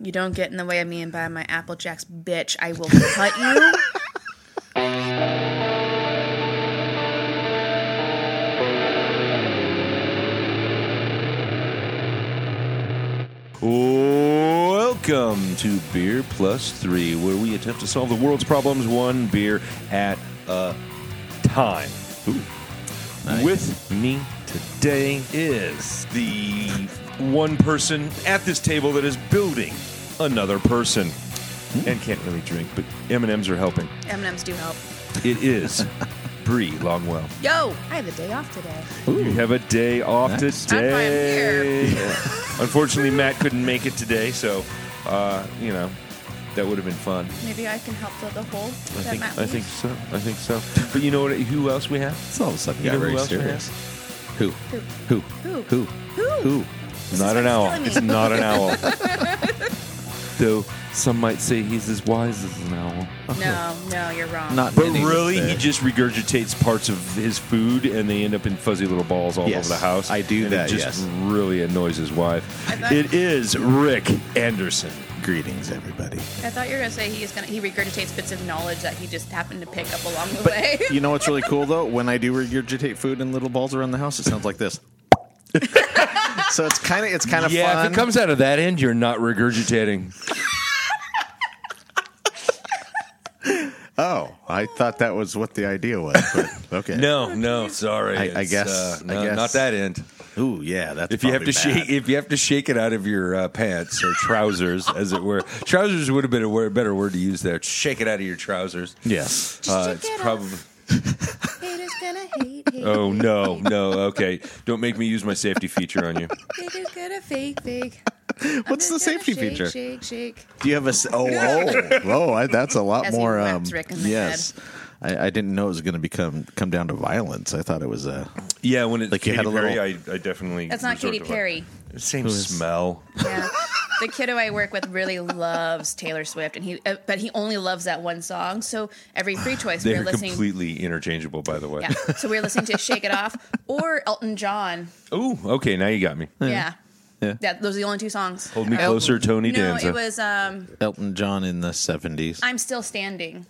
You don't get in the way of me and buy my Apple Jacks, bitch. I will cut you. Welcome to Beer Plus Three, where we attempt to solve the world's problems one beer at a time. Ooh. With me today is the one person at this table that is building another person and can't really drink, but M and M's are helping. M&Ms do help. It is Bree Longwell. Yo, I have a day off today. You have a day off Nice. That's why I'm here. today. Unfortunately, Matt couldn't make it today, so uh, you know that would have been fun. Maybe I can help fill the hole I that think Matt I leaves. think so. I think so. But you know what? Who else we have? It's all of a sudden You got know who very else we serious. Who? Who? Who? Who? Who? Who? This is not an what's owl. killing me. It's not an owl. Though some might say he's as wise as an owl. No, no, you're wrong. Not But many would really, say. he just regurgitates parts of his food, and they end up in fuzzy little balls all Yes, over the house. I do and that, It just yes. really annoys his wife. I thought- It is Rick Anderson. greetings, everybody. I thought you were gonna say he's gonna he regurgitates bits of knowledge that he just happened to pick up along the way. But you know what's really cool though? When I do regurgitate food in little balls around the house, it sounds like this. so it's kind of it's kind of Yeah, fun. if it comes out of that end, you're not regurgitating. oh, I thought that was what the idea was. But okay. No, no, sorry. I It's, guess- uh, I no, guess- not that end. Ooh, yeah. That's If you have to probably bad. shake, if you have to shake it out of your uh, pants or trousers, as it were, trousers would have been a word, better word to use there. Shake it out of your trousers. Yes. Uh, shake it's it probably. Haters gonna hate, hate, Oh no, no. Okay, don't make me use my safety feature on you. haters gonna fake, fake. What's the safety shake, feature? Shake, shake. Do you have a s- oh oh oh? I, that's a lot As he more. whaps um, Rick in the yes. I, I didn't know it was going to become come down to violence. I thought it was a. Yeah, when it's Like you Katy had a Perry, little- I, I definitely. That's not resort Katy to- Perry. Same smell. Yeah. The kiddo I work with really loves Taylor Swift, and he uh, but he only loves that one song. So every free choice we They're we're listening, completely interchangeable, by the way. yeah. So we we're listening to "Shake It Off" or Elton John. Ooh, okay, now you got me. Yeah. Yeah. That- those are the only two songs. Hold me Our- closer, Tony No, Danza. it was um, Elton John in the seventies. "I'm Still Standing."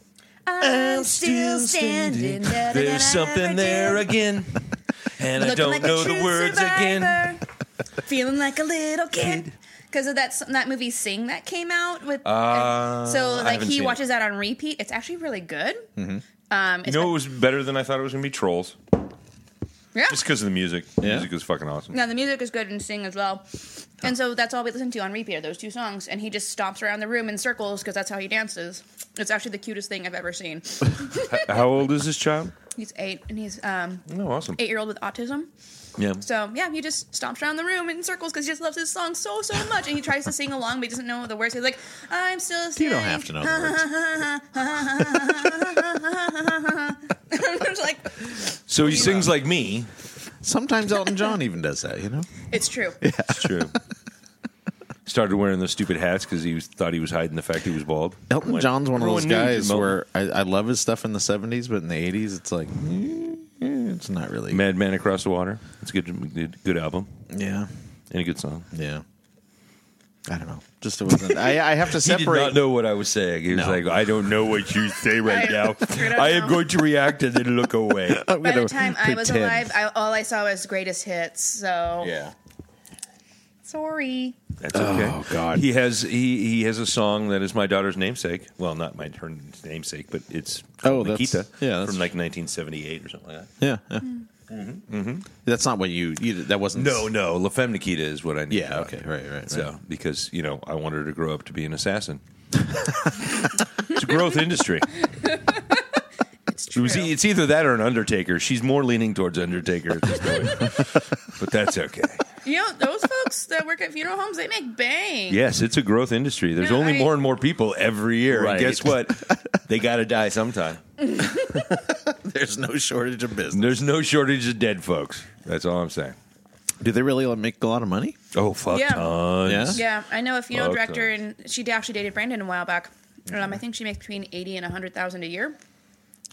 I'm still standing. Da, da, da, da, There's something there da, again, and I Looking don't like a know true the words again. survivor. Feeling like a little kid. Because of that that movie Sing that came out with, Ah, so I like haven't he seen it. Hmm. watches that on repeat. It's actually really good. Um, it's You know, it was better than I thought it was going to be. Trolls, yeah. just because of the music. The Yeah. music is fucking awesome. Now the music is good and sing as well, and so that's all we listen to on repeat are those two songs. And he just stomps around the room in circles because that's how he dances. It's actually the cutest thing I've ever seen. How old is this child? He's eight and he's um, Oh, awesome. eight year old with autism. Yeah. So yeah, he just stomps around the room in circles because he just loves his song so so much, and he tries to sing along, but he doesn't know the words. He's like, "I'm still." You don't have to know the words. I'm just like, So he sings like me. Sometimes Elton John even does that. You know. it's true. It's true. Started wearing those stupid hats because he was, thought he was hiding the fact he was bald. Elton John's one of those Everyone knew you guys could mow. where I, I love his stuff in the '70s, but in the '80s, it's like eh, eh, it's not really. Madman Across the Water. It's a good, good, good album Yeah, and a good song. yeah. I don't know. Just it wasn't. I, I have to separate. He did not know what I was saying. He was No. like, I don't know what you say right I- now. I don't I Oh, am know." going to react and then look away. I'm By the gonna time I was pretend. alive, I, all I saw was greatest hits. So yeah. sorry. That's okay. Oh, God. He has he he has a song that is my daughter's namesake. Well, not my her namesake, but it's Oh, called that's- Nikita. yeah, that's- from like 1978 or something like that. Yeah. yeah. Mm-hmm. That's not what you, you. That wasn't. No, no, La Femme Nikita is what I need. Yeah. Okay. Right. Right. right. So because you know I wanted her to grow up to be an assassin. it's a growth industry. It's It true. was, e, it's either that or an Undertaker. She's more leaning towards Undertaker, at this point. but that's okay. you know, those folks that work at funeral homes, they make bang. Yes, it's a growth industry. There's No, only I- more and more people every year. Right. And guess what? they got to die sometime. There's no shortage of business. There's no shortage of dead folks. That's all I'm saying. Do they really make a lot of money? Oh fuck Yeah. tons. Yeah, I know a funeral Fuck director, and she actually dated Brandon a while back. Mm-hmm. Um, I think she makes between eighty and a hundred thousand a year.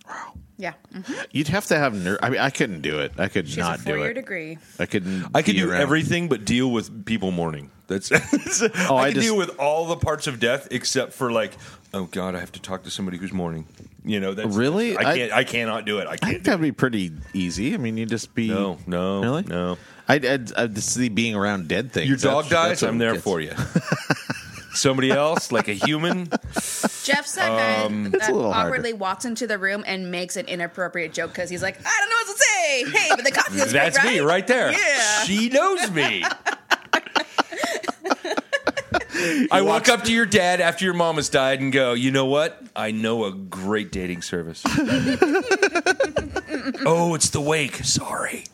Wow. Yeah, mhm. You'd have to have ner- I mean, I couldn't do it. I could she has not a do four-year it. degree. I couldn't. I could be do around. everything but deal with people mourning. That's I, Oh, I can just- deal with all the parts of death except for like, oh god, I have to talk to somebody who's mourning. You know, that's Really? I I- can't. I, cannot do it. I I can't. think that'd be pretty easy. I mean, you'd just be No, no, really, no. I'd, I'd, I'd see being around dead things. Your dog That's- dies. that's what I'm there gets- for you. somebody else, like a human. Jeff's that guy Um, It's that a little harder. awkwardly walks into the room and makes an inappropriate joke because he's like, I don't know what to say. Hey, but the cocktail's great, That's me right there. Yeah. She knows me. I walk up to your dad after your mom has died and go, you know what? I know a great dating service. oh, it's the wake. Sorry.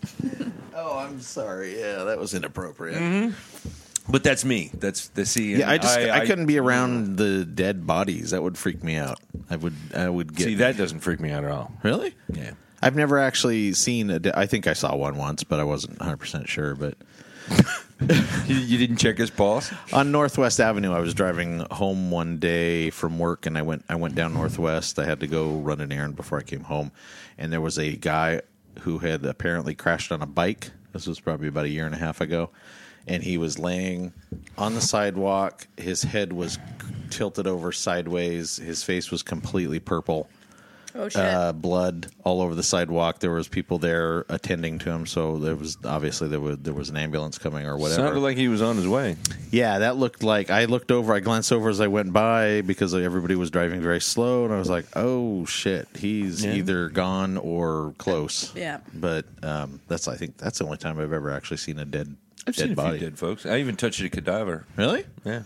Oh, I'm sorry. Yeah, that was inappropriate. Mm-hmm. But that's me. That's the E. see. and Yeah, I just I, couldn't Mm-hmm. be around the dead bodies. That would freak me out. I would I would get see that doesn't freak me out at all. really. Yeah. I've never actually seen a. De- I think I saw one once, but I wasn't 100 percent sure. But You, you didn't check his pulse? on Northwest Avenue, I was driving home one day from work, and I went I went down Northwest. I had to go run an errand before I came home, and there was a guy who had apparently crashed on a bike. This was probably about a year and a half ago, and he was laying on the sidewalk. His head was tilted over sideways. His face was completely purple Oh, shit. uh, blood all over the sidewalk. There was people there attending to him, so there was obviously there was there was an ambulance coming or whatever. Sounded like he was on his way. yeah, that looked like I looked over, I glanced over as I went by because everybody was driving very slow, and I was like, "Oh shit, he's Yeah. either gone or close." Yeah. but um, that's I think that's the only time I've ever actually seen a dead I've dead seen a body. few dead folks. I even touched a cadaver. Really? Yeah.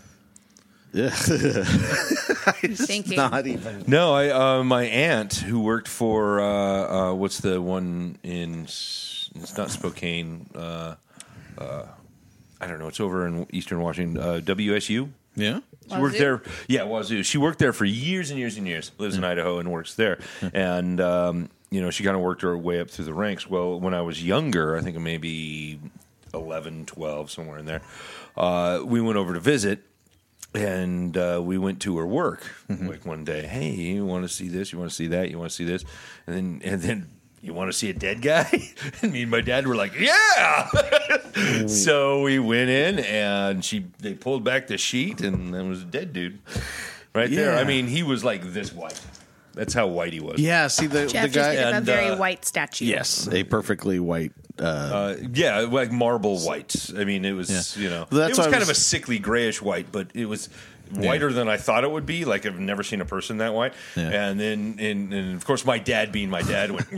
thinking. Not even. No, I uh, my aunt who worked for uh, uh, what's the one in S- it's not Spokane. Uh, uh, I don't know. It's over in Eastern Washington. Uh, WSU. Yeah. She worked Wazoo? there. Yeah, Wazoo. She worked there for years and years and years. Lives in Idaho and works there. And um, you know, she kind of worked her way up through the ranks. Well, when I was younger, I think maybe 11, 12, somewhere in there, uh, we went over to visit. And uh, we went to her work like one day. Hey, you want to see this? You want to see that? You want to see this? And then, and then you want to see a dead guy? and me and my dad were like, yeah. so we went in and she they pulled back the sheet and there was a dead dude right there. Yeah. I mean, he was like this white. That's how white he was. Yeah. See the Jeff the just guy. did a and, very uh, white statue. yes, a perfectly white. Uh, yeah, like marble white. I mean, it was Yeah. you know Well, it was that's what I kind was- of a sickly grayish white, but it was whiter than I thought it would be. Like I've never seen a person that white. Yeah. And then and, and of course my dad being my dad went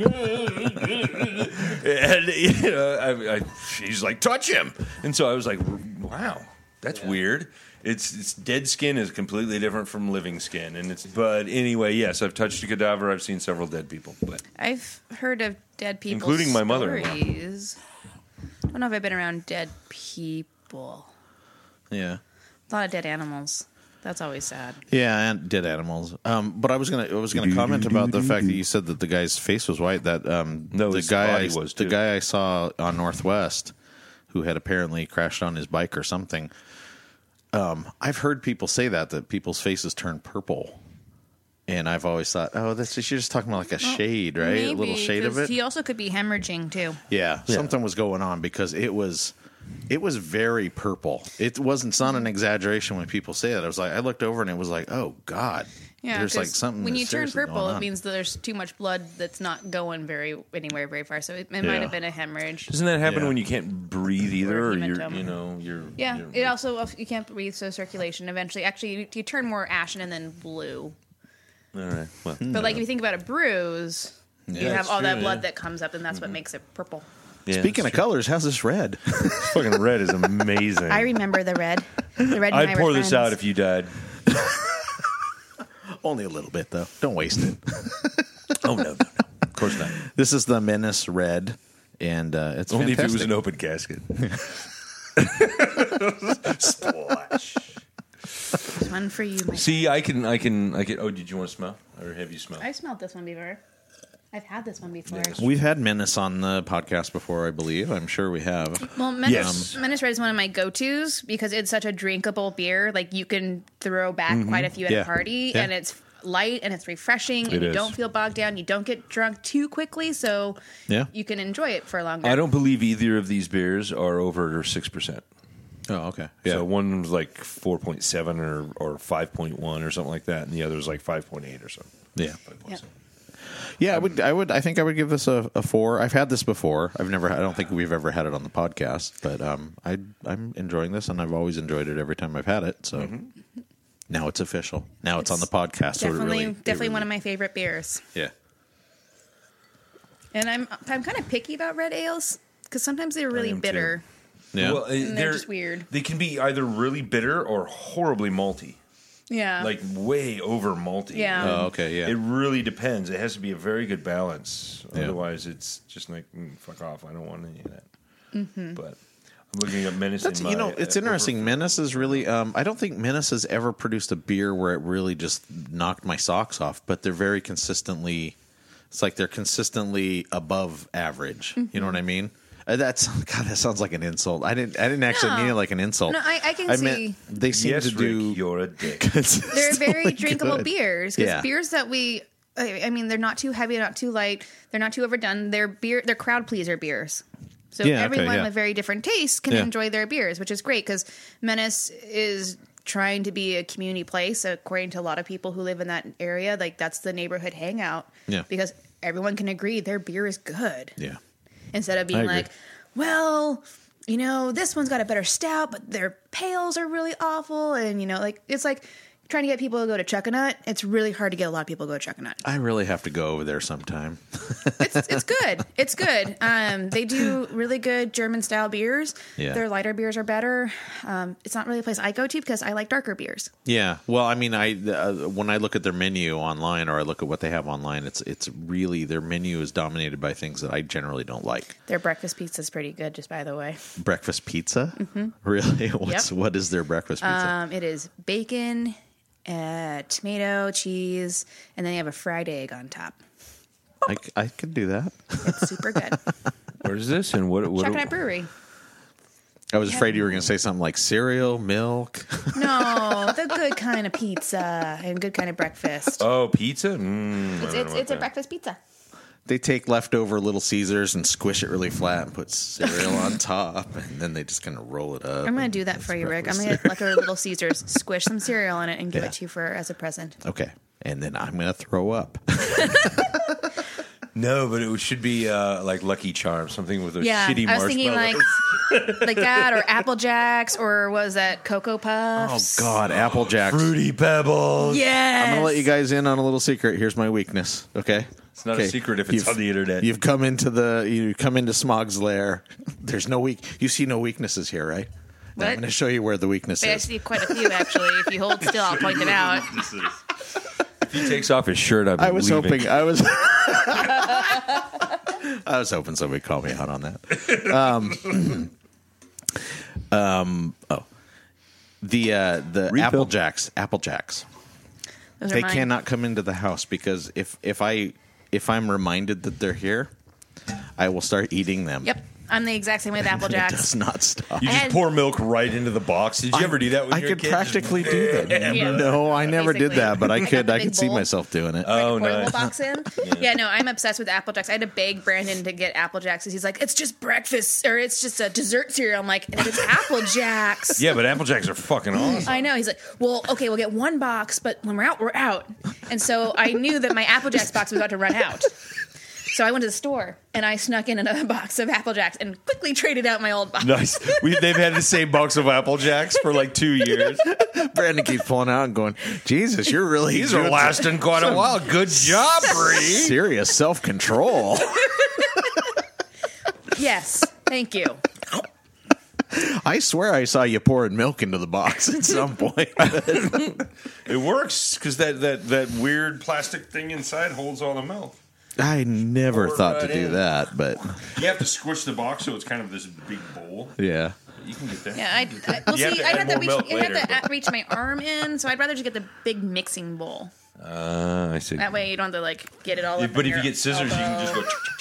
and you know, I, I, she's like touch him, and so I was like, wow, that's weird. It's, it's dead skin is completely different from living skin, and it's. But anyway, yes, I've touched a cadaver. I've seen several dead people, but I've heard of dead people. Including my mother-in-law. I don't know if I've been around dead people. Yeah. A lot of dead animals. That's always sad. Yeah, and dead animals. Um, but I was gonna I was gonna comment about the fact that you said that the guy's face was white. That um, No, the his guy body I, was, the too. guy I saw on Northwest, who had apparently crashed on his bike or something. Um, I've heard people say that that people's faces turn purple, and I've always thought, oh, that's just, you're just talking about like a shade, right? a little shade of it. He also could be hemorrhaging too. Yeah, something was going on because it was it was very purple. It wasn't it's not an exaggeration when people say that. I was like I looked over and it was like, "Oh god." Yeah, there's 'cause like something When that's you turn seriously purple, going it on. means that there's too much blood that's not going very anywhere very far. So it, it Yeah. might have been a hemorrhage. Doesn't that happen Yeah. when you can't breathe either, or you're, hematoma. you know, you're Yeah, you're- it also you can't breathe, so circulation. Eventually, actually, you, you turn more ashen and then blue. All right, well, But like if you think about a bruise, you Yeah, have that's all that true, blood yeah. that comes up, and that's what makes it purple. yeah, Speaking of colors, how's this red? fucking red is amazing. I remember the red. The red. I'd pour this out if you died. Only a little bit though. Don't waste it. Oh no, no, no. of course not. this is the Menace red and uh, it's Only if it was fantastic. an open casket. Splash. There's one for you. Mike. See, I can, I can, I can. Oh, did you want to smell, or have you smelled? I've smelled this one before. I've had this one before. Yes. We've had Menace on the podcast before, I believe. I'm sure we have. Well, Menace, Yes. Um, Menace Red is one of my go-tos because it's such a drinkable beer. Like you can throw back quite a few at Mm-hmm. Yeah. a party, Yeah. and it's light and it's refreshing, and It you is. don't feel bogged down. You don't get drunk too quickly, so Yeah. you can enjoy it for longer. I don't believe either of these beers are over six percent. Oh, okay. So one was like 4.7 or, or 5.1 or something like that, and the other was like 5.8 or something. Yeah. 5.7. Yeah, I would. I would. I think I would give this a, a four. I've had this before. I've never. I don't think we've ever had it on the podcast, but um, I I'm enjoying this, and I've always enjoyed it every time I've had it. So now it's official. Now it's, on the podcast. so it Mm-hmm. Definitely, really- it definitely really- one of my favorite beers. Yeah. And I'm I'm kind of picky about red ales because sometimes they're really am too. bitter. Yeah. Well, eh, they're, just weird. They can be either really bitter or horribly malty, Yeah. like way over malty. Yeah. oh, okay. Yeah. It really depends. It has to be a very good balance. Yeah. Otherwise, it's just like mm, fuck off. I don't want any of that. Mm-hmm. But I'm looking at menace. That's in my, you know, it's uh, interesting. Menace is really. Um, I don't think Menace has ever produced a beer where it really just knocked my socks off, but they're very consistently. It's like they're consistently above average. You know what I Mm-hmm. mean? Uh, That's God. That sounds like an insult. I didn't. I didn't actually No. mean it like an insult. No, I- I can see- they seem yes, to do. Rick, you're a dick. they're very drinkable good. beers because Yeah. beers that we I I mean they're not too heavy, not too light, they're not too overdone. They're beer, they're crowd pleaser beers. So Yeah, okay, everyone yeah. with very different tastes can Yeah. enjoy their beers, which is great because Menace is trying to be a community place. According to a lot of people who live in that area, like that's the neighborhood hangout. Yeah. because everyone can agree their beer is good yeah. instead of I being agree. like, well, you know, this one's got a better stout, but their pails are really awful. And, you know, like, it's like trying to get people to go to Chuck a Nut. It's really hard to get a lot of people to go to Chuck a Nut. I really have to go over there sometime. It's, it's good. It's good. Um, they do really good German style beers. Yeah. Their lighter beers are better. Um, it's not really a place I go to because I like darker beers. Yeah. Well, I mean, I uh, when I look at their menu online or I look at what they have online, it's it's really their menu is dominated by things that I generally don't like. Their breakfast pizza is pretty good, just by the way. Breakfast pizza? Really? What's what is their breakfast pizza? Um, it is bacon, uh, tomato, cheese, and then you have a fried egg on top. I, c- I could do that. It's super good. Where is this? And what? what Chuck a Nut Brewery. I was afraid you were going to say something like cereal, milk. No, the good kind of pizza and good kind of breakfast. oh, pizza. Mm, it's it's, it's a breakfast pizza. they take leftover Little Caesars and squish it really flat and put cereal on top, and then they just kind of roll it up. I'm gonna do that for you, Rick. I'm gonna let go to Little Caesars, squish some cereal in it, and give Yeah. it to you for as a present. okay, and then I'm going to throw up. Oh, no, but it should be uh, like Lucky Charms, something with a Yeah, shitty I was thinking marshmallow. like like that, or Apple Jacks, or what was that Cocoa oh Puffs? God, Apple Jacks. fruity pebbles. yes. I'm gonna let you guys in on a little secret. Here's my weakness. Okay, it's not a secret if it's on the internet. You've come into the you come into Smog's lair. There's no weak. You see no weaknesses here, right? Now I'm What? going to show you where the weakness I is. see quite a few actually. If you hold still, I'll point them out. If he takes off his shirt, I'm I was leaving. hoping. I was. I was hoping somebody would call me out on that. Um, um, oh, um, the uh, the Refill. Apple Jacks. Apple Jacks. Those are they mine. cannot come into the house because if if I if I'm reminded that they're here, I will start eating them. Yep, I'm the exact same way with Apple And It does Jacks. not stop. You I just had- pour milk right into the box. Did you ever do that? When I you were a could kid? Just- practically do that. Yeah. No, I never Basically. did that, but I I got could. the I big could see bowl. myssef doing it. Oh, portable nice. box in. yeah. no, I'm obsessed with Apple Jacks. I had to beg Brandon to get Apple Jacks. 'cause He's like, it's just breakfast or it's just a dessert cereal. I'm like, if it's Apple Jacks. Yeah, but Apple Jacks are fucking awesome. I know. He's like, well, okay, we'll get one box, but when we're out, we're out. And so I knew that my Apple Jacks box was about to run out. So I went to the store and I snuck in another box of Apple Jacks and quickly traded out my old box. Nice. We, they've had the same box of Apple Jacks for like two years. Brandon keeps pulling out and going, "Jesus, you're really These are doing lasting quite a while. Good job, some Bree. serious self control." Yes, thank you. I swear, I saw you pouring milk into the box at some point. It works because that, that, that weird plastic thing inside holds all the milk. I never Pour thought right to do in. that, but You have to squish the box so it's kind of this big bowl. yeah. You can get that. Yeah, I, I well, You have see, to I'd have add to more reach, milk I'd have later, to at- reach my arm in, so I'd rather just get the big mixing bowl. Uh, I see. That way you don't have to like get it all. up in But if you your get scissors, you can just elbow. go.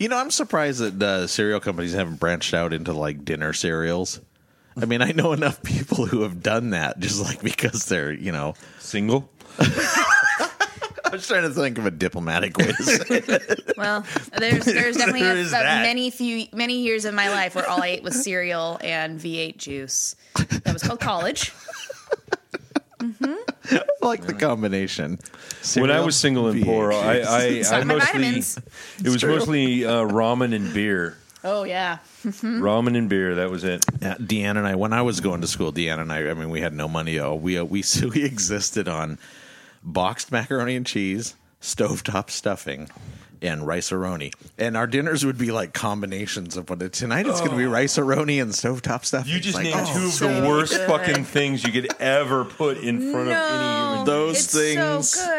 You know, I'm surprised that uh, cereal companies haven't branched out into like dinner cereals. I mean, I know enough people who have done that just like because they're, you know, Single? I was trying to think of a diplomatic way to say it. Well, there's there's definitely There a, is a- that. many few many years of my life where all I ate was cereal and V8 juice. That was called college. I like the combination. when I Cereal, was single and VH. poor, I I, It's I not my mostly vitamins. it was true. mostly uh, ramen and beer. Oh yeah, Ramen and beer. That was it. Yeah, Deanna and I, when I was going to school, Deanna and I, I mean, we had no money. Oh, we uh, we so we existed on boxed macaroni and cheese, stovetop stuffing, and rice aroni. And our dinners would be like combinations of what tonight it's going to be rice aroni and stovetop stuffing. Oh. You It's just like, named oh, two of so the worst good. fucking things you could ever put in front of any human. no, being. Those it's things- so good.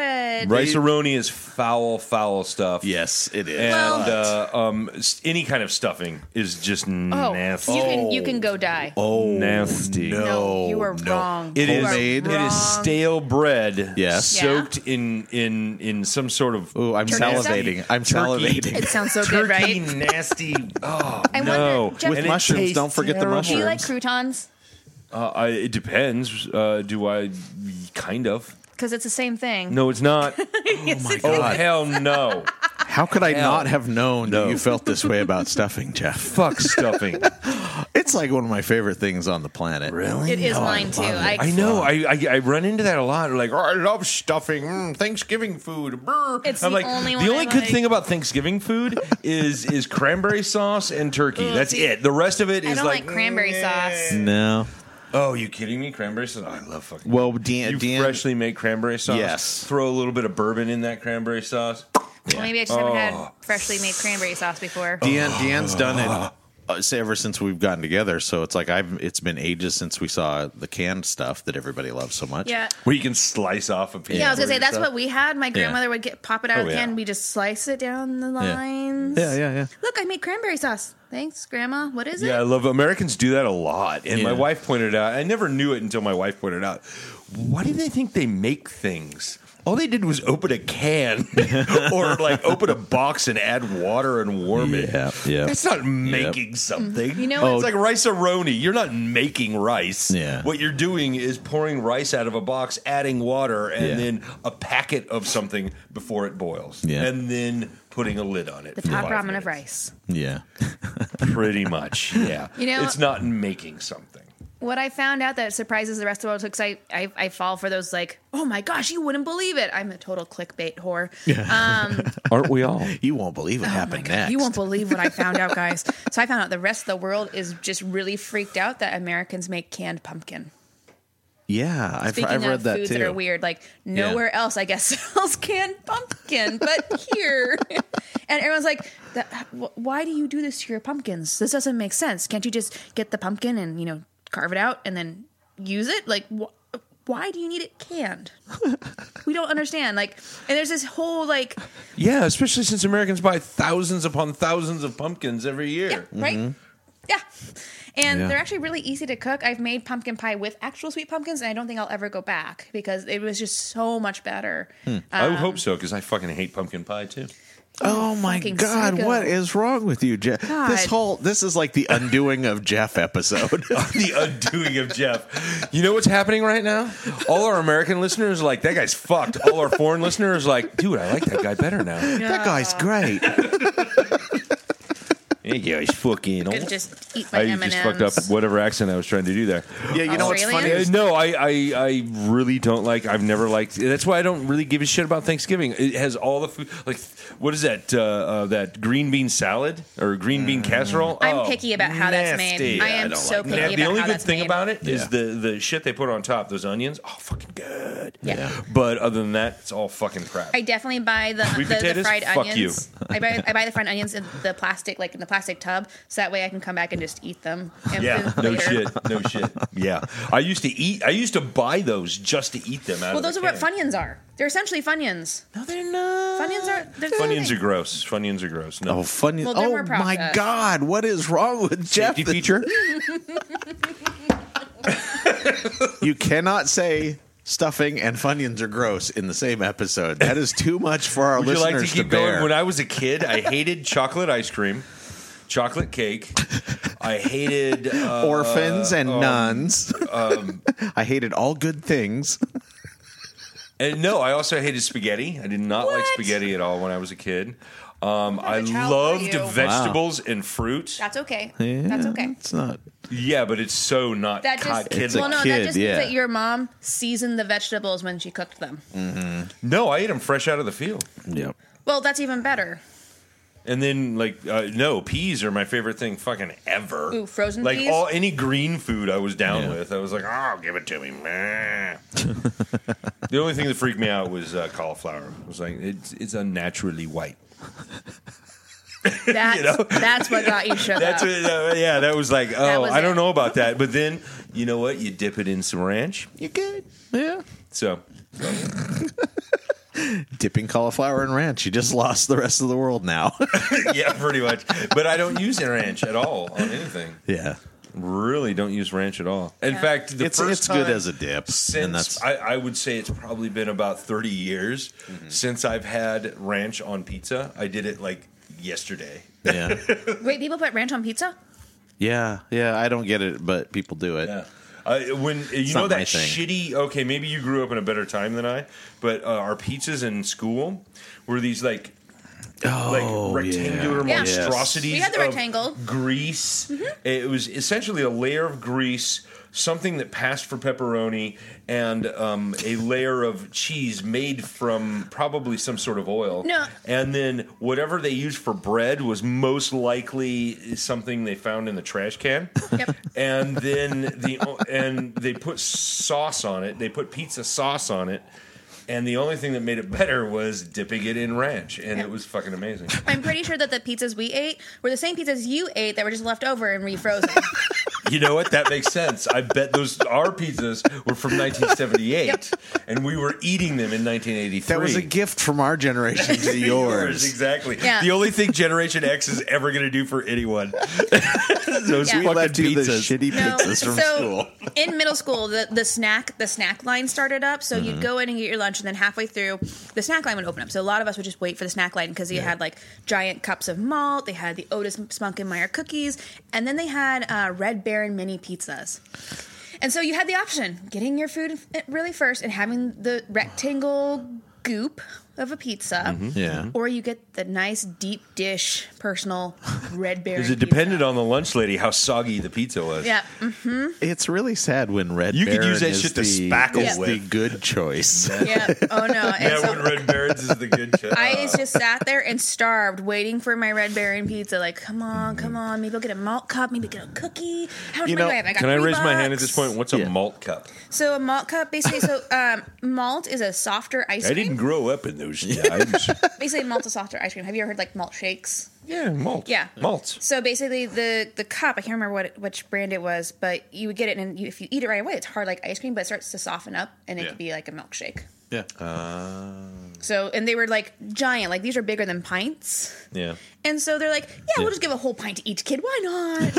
Rice aroni is foul, foul stuff. Yes, it is. And Well- uh, um, s- any kind of stuffing is just Oh, nasty. you can you can go die. oh, nasty. No, No, you are wrong. It is- You are homemade. It is wrong. stale bread, Yes. Yeah. soaked in in in some sort of Ooh, I'm Turkey salivating. I'm Turkey. salivating. It sounds so good, turkey, right? nasty. Oh I wonder, no! Jeff- With And it mushrooms, tastes don't forget the terrible. Do mushrooms. you like croutons? Uh, I, it depends. Uh, do I? Kind of. Because it's the same thing. No, it's not. Yes, it's oh God. hell no! How could I Hell. not have known that you felt this way about stuffing, Jeff? Fuck stuffing. It's like one of my favorite things on the planet. Really? It is Oh, I mine too. love it. I, I know. I, I I run into that a lot. Like, oh, I love stuffing. Mm, Thanksgiving food. Brr. It's I'm the like, only the one I only good like. thing about Thanksgiving food is is cranberry sauce and turkey. That's it. The rest of it is I don't like, cranberry mm, sauce. No. Oh, you kidding me? Cranberry sauce. I love fucking. Well, Dan, you Dan freshly make cranberry sauce. Yes. Throw a little bit of bourbon in that cranberry sauce. Well, maybe I just haven't Oh. had freshly made cranberry sauce before. Deanne, Deanne's done it uh, say ever since we've gotten together. So it's like I've it's been ages since we saw the canned stuff that everybody loves so much. Yeah. Where you can slice off a piece. Yeah, I was gonna say that's Stuff. what we had. My grandmother would get pop it out of Oh, the yeah. can. We just slice it down the lines. yeah, yeah, yeah. Look, I made cranberry sauce. Thanks, Grandma. What is Yeah, I it? love Americans do that a lot. And my Yeah. wife pointed out, I never knew it until my wife pointed out. Why do they think they make things? All they did was open a can or like open a box and add water and warm it. Yeah, yeah. That's not making something. You know what- it's like rice aroni. You're not making rice. Yeah. What you're doing is pouring rice out of a box, adding water, and Yeah. then a packet of something before it boils. Yeah. And then putting a lid on it. The for top five ramen minutes. of rice. Yeah. Pretty much, yeah. You know- it's not making something. What I found out that surprises the rest of the world because I, I I fall for those like oh my gosh you wouldn't believe it I'm a total clickbait whore. Aren't we all? You won't believe what happened next. Oh You won't believe what I found out, guys. So I found out the rest of the world is just really freaked out that Americans make canned pumpkin. Yeah, I've, Speaking I've of read that foods too. that are weird, like nowhere else, I guess sells canned pumpkin, but here. and everyone's like, "That- wh- "Why do you do this to your pumpkins? This doesn't make sense. Can't you just get the pumpkin and you know carve it out and then use it? Like, wh- why do you need it canned? we don't understand. Like, and there's this whole like, Yeah, especially since Americans buy thousands upon thousands of pumpkins every year. yeah, right? Yeah. And Mm-hmm. Yeah. they're actually really easy to cook. I've made pumpkin pie with actual sweet pumpkins, and I don't think I'll ever go back because it was just so much better. Hmm. I Um, would hope so because I fucking hate pumpkin pie too. oh my fucking god, psycho. what is wrong with you, Jeff? This God. whole this is like the undoing of Jeff episode. the undoing of Jeff. You know what's happening right now? All our American listeners are like that guy's fucked. All our foreign listeners are like, dude, I like that guy better now. That guy's great. Yeah, he's fucking. could just eat my I M&Ms. just fucked up whatever accent I was trying to do there. Yeah, you know what's Australian? funny Uh, is no, I, I I really don't like. I've never liked. That's why I don't really give a shit about Thanksgiving. It has all the food. Like, what is that? Uh, uh, that green bean salad or green bean casserole? Oh, I'm picky about how that's made. nasty. I am don't so like that. picky Now, about the only how good that's thing made. about it is Yeah. the the shit they put on top. Those onions, oh fucking good. Yeah. Yeah. But other than that, it's all fucking crap. I definitely buy the, Sweet the, the potatoes? fried Fuck onions. I buy I buy the fried onions in the plastic like in the plastic tub, so that way I can come back and just eat them. And yeah, then no later- shit, no shit. Yeah, I used to eat. I used to buy those just to eat them. Out Well, of the those are what can. funyuns are. They're essentially funyuns. No, they're not. Funyuns are. they're- Funyuns are gross. Funyuns are gross. No, Oh, funny. Well, they're oh more my processed. god, what is wrong with Jeff? Safety feature? You cannot say stuffing and funyuns are gross in the same episode. That is too much for our Would you listeners like to keep bear. going? When I was a kid, I hated chocolate ice cream, chocolate cake. I hated uh, um, Orphans and nuns. I hated all good things. And no, I also hated spaghetti. I did not like What? spaghetti at all when I was a kid. Um, I of a child were loved you? Wow. vegetables and fruit. That's okay. Yeah, That's okay. It's not. Yeah, but it's so not That just cod kid. a well, no, kid, that just yeah. means that your mom seasoned the vegetables when she cooked them. Mm. No, I ate them fresh out of the field. Yep. Well, that's even better. And then like uh, no, peas are my favorite thing fucking ever. Ooh, frozen like peas? all any green food I was down Yeah. with. I was like, "Oh, give it to me." Meh. the only thing that freaked me out was uh, cauliflower. I was like, "It's it's unnaturally white." That's know? that's what got you shut That's up. what, uh, yeah, that was like, "Oh, was I it. don't know about that." But then, you know what? You dip it in some ranch. You're good. Yeah. So, Dipping cauliflower and ranch. You just lost the rest of the world now. yeah, pretty much. But I don't use ranch at all on anything. yeah. Really don't use ranch at all. In Yeah. fact, the It's first it's good time- as a dip. and since that's I, I would say it's probably been about 30 years Mm-hmm. since I've had ranch on pizza. I did it like yesterday. yeah. Wait, people put ranch on pizza? Yeah, yeah, I don't get it, but people do it. Yeah. I, Uh, when you know not my that thing. shitty okay maybe you grew up in a better time than I but uh, our pizzas in school were these like Oh, like rectangular yeah. Yes. monstrosities We had the of rectangle. Mm-hmm. grease it was essentially a layer of grease something that passed for pepperoni and um, a layer of cheese made from probably some sort of oil No. and then whatever they used for bread was most likely something they found in the trash can Yep. and then the o- and they put sauce on it. They put pizza sauce on it, and the only thing that made it better was dipping it in ranch, and it was fucking amazing. I'm pretty sure that the pizzas we ate were the same pizzas you ate that were just left over and refrozen. You know what? That makes sense. I bet those our pizzas were from 1978, and we were eating them in 1983. That was a gift from our generation to Yours, yours. exactly. Yeah. The only thing Generation X is ever going to do for anyone. Those Yeah. We fucking left you the pizzas. shitty pizzas from so school. in middle school, the, the snack the snack line started up. So Mm-hmm. you'd go in and get your lunch, and then halfway through, the snack line would open up. So a lot of us would just wait for the snack line because they had like giant cups of malt. They had the Otis Spunkenmeyer cookies, and then they had uh, Red Baron mini pizzas. And so you had the option getting your food eh, really first and having the rectangle goop of a pizza. Mm-hmm. Yeah. Or you get the nice deep dish personal red berry. Because it depended on the lunch lady how soggy the pizza was. Yeah, mm, It's really sad when Red You could Baron use that is shit to the, spackle is with. the good choice. yeah. Oh no. And Yeah, so- when Red Barons is the good shit. I just sat there and starved, waiting for my red berry pizza. Like, come on, come on. Maybe I'll get a malt cup. Maybe get a cookie. How much money You know, do I have? I got Can I three raise my hand at bucks. this point? What's Yeah. a malt cup? So a malt cup, basically. So um, malt is a softer ice cream. grow up in those times. Basically, malt is softer ice cream. Have you ever heard like malt shakes? yeah, malt. Yeah. Malts. So basically, the the cup. I can't remember what it- which brand it was, but you would get it, and you, if you eat it right away, it's hard like ice cream, but it starts to soften up, and it Yeah. could be like a milkshake. Yeah. Uh, So, and they were like giant. Like these are bigger than pints. Yeah. And so they're like, yeah, we'll just give a whole pint to each kid. Why not? it's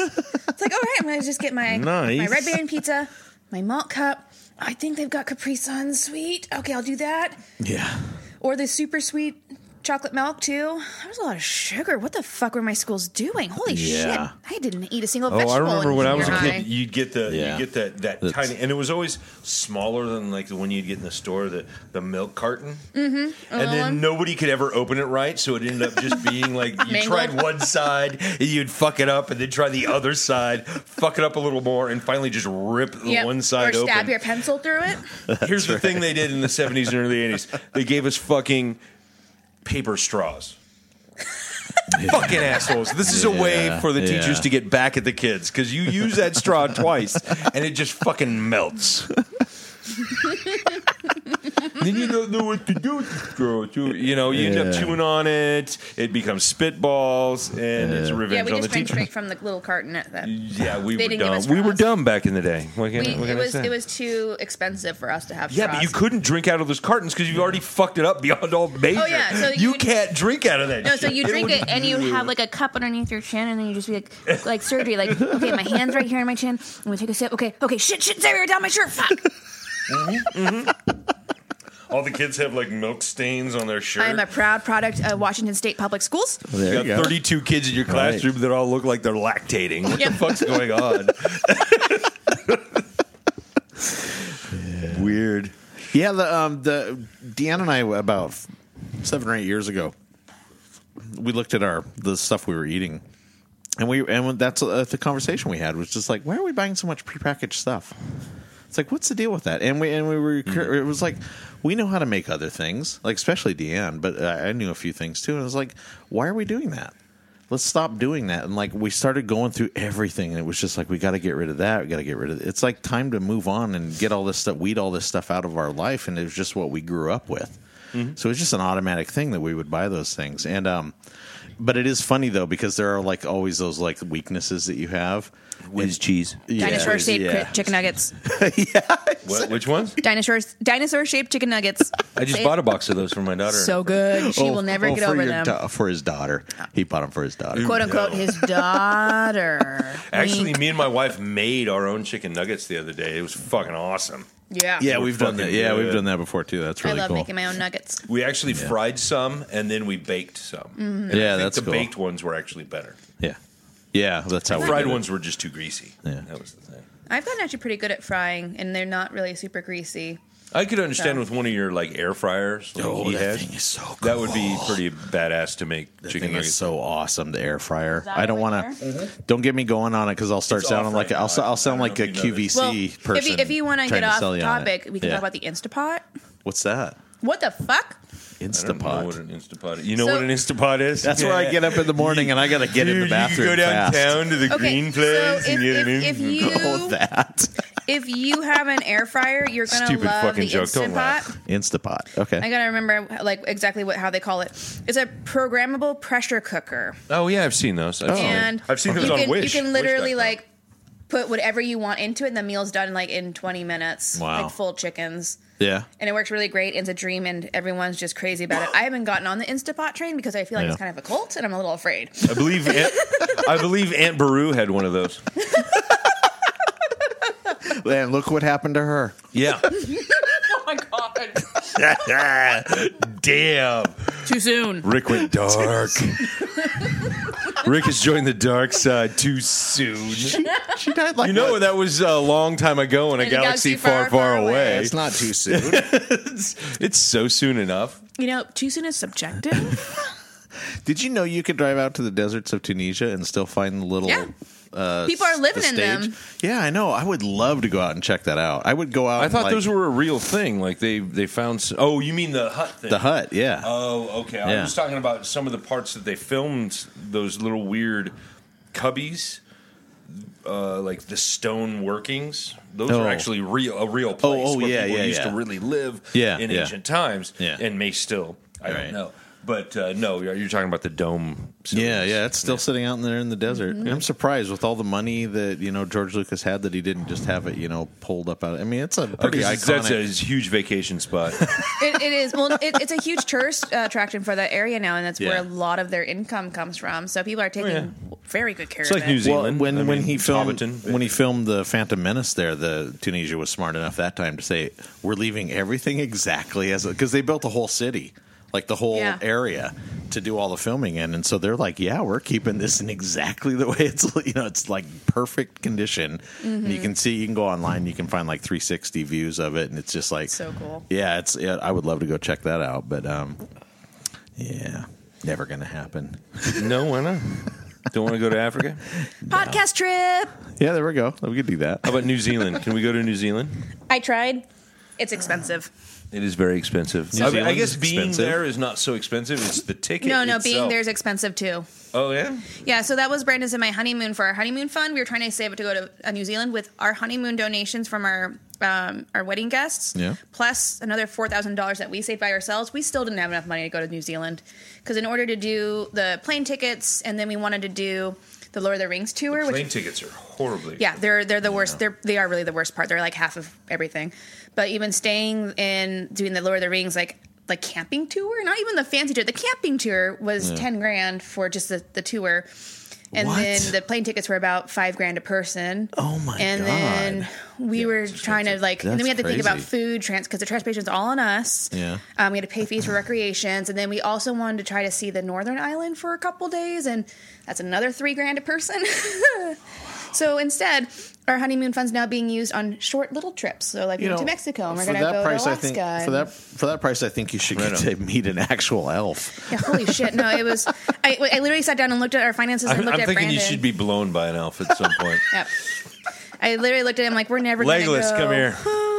like, all right, I'm going to just get my, Nice. my red baron pizza, my malt cup. I think they've got Capri Sun sweet. Okay, I'll do that. yeah. Or the super sweet chocolate milk, too. There was a lot of sugar. What the fuck were my schools doing? Holy Yeah. shit. I didn't eat a single Oh, vegetable. I remember in when I was a junior kid, high. you'd get the Yeah. you get that that That's- tiny, and it was always smaller than like the one you'd get in the store, the the milk carton. Mm-hmm. And then nobody could ever open it right, so it ended up just being like you tried Mangled. one side, and you'd fuck it up, and then try the other side, fuck it up a little more, and finally just rip the Yep. one side Or open. stab your pencil through it. Here's the thing they did in the 70s and early 80s. They gave us fucking paper straws. Fucking assholes. This is a way Yeah, for the yeah. teachers to get back at the kids because you use that straw twice and it just fucking melts. then you don't know what to do with the straw. too. You know, you end up Yeah. chewing on it, it becomes spitballs, and it's yeah, revenge we on the just drank teacher. straight from the little carton at that. Yeah, we They were didn't give dumb. us We were straws. dumb back in the day. What can, We, what it can I was say? it was too expensive for us to have. Yeah, but straws. you couldn't drink out of those cartons because you've already fucked it up beyond all measure. Oh, yeah, so you, you- can't drink out of that. No, so shit. you drink would- it and you have like a cup underneath your chin, and then you just be like, like surgery, like, okay, my hand's right here on my chin. I'm gonna take a sip. Okay, okay, shit, shit, there, down my shirt. Fuck. all the kids have like milk stains on their shirt. I'm a proud product of Washington State Public Schools. There you you got go. 32 kids in your classroom that all look like they're lactating. What Yep. the fuck's going on? Weird. Yeah, the um the Deanna and I about seven or eight years ago, we looked at our the stuff we were eating, and we and that's uh, the conversation we had was just like, why are we buying so much prepackaged stuff? It's like, what's the deal with that? And we and we were it was like, we know how to make other things, like especially Deanne, but uh, I knew a few things too, and it was like, why are we doing that? Let's stop doing that. And like we started going through everything, and it was just like we got to get rid of that. We got to get rid of. It's like time to move on and get all this stuff, weed all this stuff out of our life, and it was just what we grew up with. So it's just an automatic thing that we would buy those things. And um, but it is funny though because there are like always those like weaknesses that you have. Whiz cheese. Dinosaur shaped yeah. chicken nuggets. What, which ones? Dinosaurs, dinosaur shaped chicken nuggets. I just They- bought a box of those for my daughter. So good. She Oh, will never oh, get for over your them. da- for his daughter, he bought them for his daughter. Quote unquote, his daughter. Actually, Wink. me and my wife made our own chicken nuggets the other day. It was fucking awesome. yeah. yeah, We're we've done that. fucking Yeah, we've good. done that before too. That's I really love cool. making my own nuggets. We actually fried some and then we baked some. Mm-hmm. And I Yeah, think that's the cool. baked ones were actually better. yeah, yeah, that's how The we fried did it. ones were just too greasy. Yeah. that was the thing. I've gotten actually pretty good at frying, and they're not really super greasy. I could understand So- with one of your like air fryers. Like Oh, he that had, thing is so cool. That would be pretty badass to make That chicken thing is nuggets. so awesome. The air fryer. that I don't over want to. Don't get me going on it because I'll start It's sounding off like right I'll, now. I'll sound I like a don't even know QVC this. Well, person. if you, if you want to trying get off sell you on it. topic, we can Yeah. talk about the Instapot. what's that? What the fuck? I don't know what Instapot. an Instapot is. You know So- what an Instapot is? That's where I get up in the morning and I gotta get in the Dude, bathroom. You can go downtown fast. to the Okay, green so place if, and get an if, if Insta- you Oh, that if you have an air fryer, you're gonna Stupid love fucking the joke. Don't Instant laugh. Pot. Instapot. Okay. I gotta remember like exactly what how they call it. It's a programmable pressure cooker, Oh yeah, I've seen those. I've seen and I've seen those you on can, Wish. You can literally Wish.com. like put whatever you want into it, and the meal's done like in 20 minutes, Wow. like full chickens. yeah. and it works really great. It's a dream, and everyone's just crazy about it. I haven't gotten on the Instapot train because I feel like Yeah. it's kind of a cult, and I'm a little afraid. I believe Aunt, I believe Aunt Baru had one of those. And look what happened to her. Yeah. oh my god! Damn. Too soon. Rick went dark. Rick has joined the dark side too soon. She died like You know a- that was a long time ago in a In a galaxy, far, far away. It's not too soon. It's so soon enough. You know, too soon is subjective. Did you know you could drive out to the deserts of Tunisia and still find the little? Yeah. Uh, People are s- living the in stage? them. Yeah, I know. I would love to go out and check that out. I would go out. I and, thought like, those were a real thing. Like they they found. s oh, you mean the hut thing? the hut. Yeah. Oh, okay. I Yeah. was talking about some of the parts that they filmed those little weird cubbies, uh, like the stone workings. Those Oh. are actually real, a real place oh, where yeah, people yeah, used yeah. to really live Yeah, in yeah. ancient times Yeah. and may still. I Right. don't know. But uh, no, you're, you're talking about the dome. yeah, ceilings. yeah, it's still sitting out in there in the desert. Mm-hmm. I'm surprised with all the money that you know George Lucas had that he didn't just have it you know pulled up out. I mean, it's a pretty Because that's a iconic. huge vacation spot. it, it is. Well, it, it's a huge tourist uh, attraction for that area now, and that's where Yeah. a lot of their income comes from. So people are taking very good care Oh, It's of like it. New well, Zealand. when I when mean, he it's filmed Hobbiton. when he filmed the Phantom Menace, there, the Tunisia was smart enough that time to say we're leaving everything exactly as because they built the whole city, like the whole Yeah. area, to do all the filming in, and so they're like, yeah, we're keeping this in exactly the way it's you know it's like perfect condition. And Mm-hmm. you can see, you can go online, you can find like 360 views of it, and it's just like So cool. Yeah, it's yeah, I would love to go check that out, but um, yeah, never gonna happen. no, why not? Don't want to go to Africa? Podcast trip. Yeah, there we go. We could do that. How about New Zealand? Can we go to New Zealand? I tried. It's expensive. It is very expensive. New I, Zealand I guess is being expensive. there is not so expensive. It's the ticket. No, no, being itself. there is expensive too. Oh yeah. Yeah, so that was Brandon's and my honeymoon for our honeymoon fund. We were trying to save it to go to uh, New Zealand with our honeymoon donations from our um, our wedding guests, Yeah. plus another four thousand dollars that we saved by ourselves. We still didn't have enough money to go to New Zealand because in order to do the plane tickets, and then we wanted to do the Lord of the Rings tour, which Plane tickets are horribly. yeah, they're they're the worst. They're they are really the worst part. They're like half of everything. But even staying in doing the Lord of the Rings like the camping tour, not even the fancy tour. The camping tour was ten grand for just the, the tour. And What? then the plane tickets were about five grand a person. Oh my And then we were trying to like, and then we had to That's think about crazy. food trans because the transportation's all on us. Yeah. Um, we had to pay fees for recreations, and then we also wanted to try to see the Northern Island for a couple days, and that's another three grand a person. So instead, our honeymoon fund's now being used on short little trips. So like we went to Mexico and we're for gonna that go price, to I Alaska. think for and- that for that price, I think you should get to meet an actual elf. Yeah, holy shit! No, it was. I, I literally sat down and looked at our finances and I'm, looked I'm at thinking Brandon. you should be blown by an elf at some point. Yep. I literally looked at him like, we're never gonna Legolas, go. come here.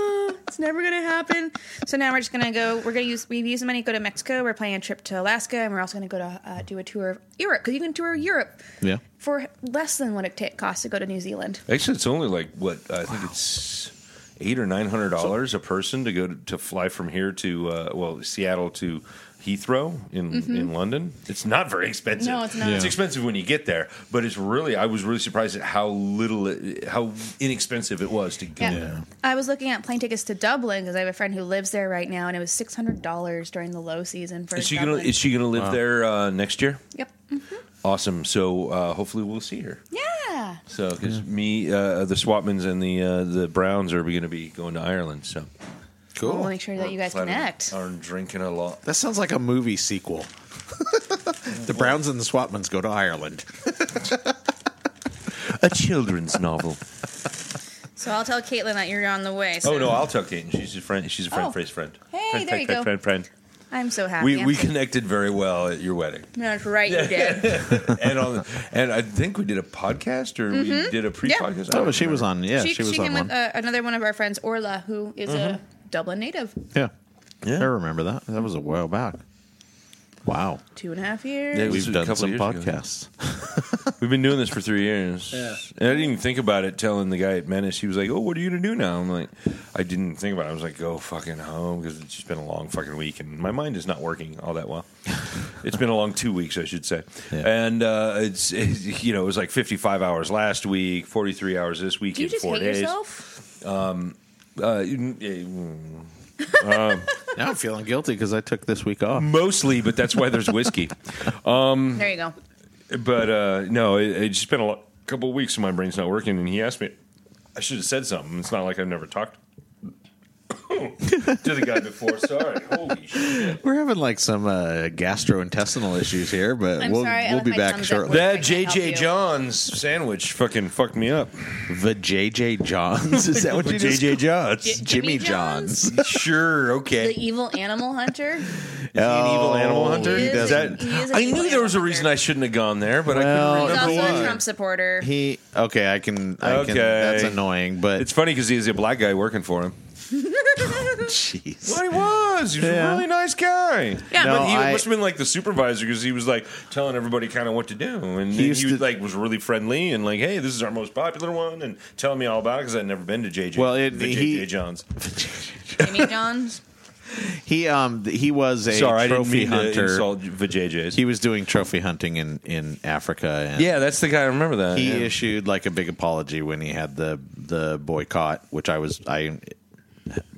it's never gonna happen. So now we're just gonna go. We're gonna use we use the money to go to Mexico. We're planning a trip to Alaska, and we're also gonna go to uh, do a tour of Europe because you can tour Europe Yeah. for less than what it ta- costs to go to New Zealand. Actually, it's only like what I think it's eight or nine hundred dollars a person to go to, to fly from here to uh, well Seattle to Heathrow in in London. It's not very expensive. Mm-hmm. No, it's not. It's Yeah. expensive when you get there, but it's really I was really surprised at how little it, how inexpensive it was to go. Yeah. Yeah. I was looking at plane tickets to Dublin because I have a friend who lives there right now, and it was six hundred dollars during the low season for. Is she Dublin. gonna Is she gonna live there uh, next year? yep. Mm, Awesome. So uh, hopefully we'll see her. Yeah. So because me, uh, the Swatmans and the uh, the Browns are going to be going to Ireland. So We'll make sure that you guys connect. Are drinking a lot. That sounds like a movie sequel. the Browns and the Swatmans go to Ireland. A children's novel. So I'll tell Caitlin that you're on the way. So Oh no, I'll tell Caitlin. She's a friend. She's a friend. Oh. Friend. Friend. Hey, friend, there friend, you friend, go. Friend. Friend. I'm so happy. We I'm we so- connected very well at your wedding, That's right, you did. and on and I think we did a podcast or Mm-hmm. we did a pre-podcast. I Oh, don't but she was on. Yeah, she, she, was she on came one. Mm-hmm. with uh, another one of our friends, Orla, who is a Dublin native. yeah. Yeah. I remember that. That was a while back. Wow, Two and a half Yeah, years. was we've a done couple some years ago. podcasts. We've been doing this for three years. Yeah. And I didn't even think about it telling the guy at Menace. He was like, Oh, what are you going to do now? I'm like, I didn't think about it. I was like, Go fucking home because it's just been a long fucking week and my mind is not working all that well. it's been a long two weeks, I should say. Yeah. And uh, it's, it's, you know, it was like 55 hours last week, 43 hours this week Do you in just four hate days. yourself? Uh, mm, eh, mm, now I'm feeling guilty because I took this week off. mostly, but that's why there's whiskey. Mm-hmm. There you go. but uh, no, it, it's just been a lo- couple of weeks and my brain's not working. And he asked me, I should have said something. It's not like I've never talked to the guy before. Sorry, holy shit. We're having like some uh, gastrointestinal issues here, but I'm we'll sorry, I we'll left be my back thumbs up. shortly. That I can't help JJ you. Johns sandwich fucking fucked me up. The JJ Johns is that what you just JJ Johns. J- Jimmy Jimmy Johns? Johns? sure, okay. The evil animal hunter. Is he an evil Oh, animal hunter? He is Is an- that- he is an I evil knew there was a animal reason hunter. I shouldn't have gone there, but Well, I He's couldn't also remember a why. Trump supporter. Oh, He okay. I can. I can. Okay. That's annoying, but It's funny because he's a black guy working for him. jeez. Well, he was. He was Yeah. a really nice guy. Yeah. No, but he I- must have been like the supervisor because he was like telling everybody kind of what to do, and he, used he to- like was really friendly and like, "Hey, this is our most popular one," and telling me all about it because I'd never been to JJ. Well, it- the he- JJ Johns. Jimmy Johns. He um th- he was a Sorry, I didn't trophy mean to hunter. insult the JJs. he was doing trophy hunting in in Africa, and yeah, that's the guy. I remember that. he yeah. issued like a big apology when he had the the boycott, which I was I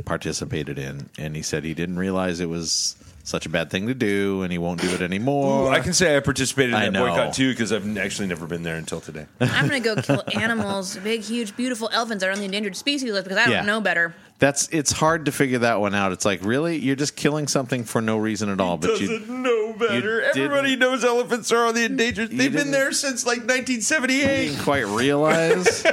participated in, and he said he didn't realize it was such a bad thing to do, and he won't do it anymore. Ooh, I can say I participated in I that know. boycott too because I've actually never been there until today. I'm gonna go kill animals, big, huge, beautiful elephants that are on the endangered species list because I don't Yeah. know better. That's it's hard to figure that one out. It's like really, you're just killing something for no reason at all. But you Doesn't know better. didn't- Everybody knows elephants are on the endangered. They've didn't- been there since like 1978. didn't quite realize.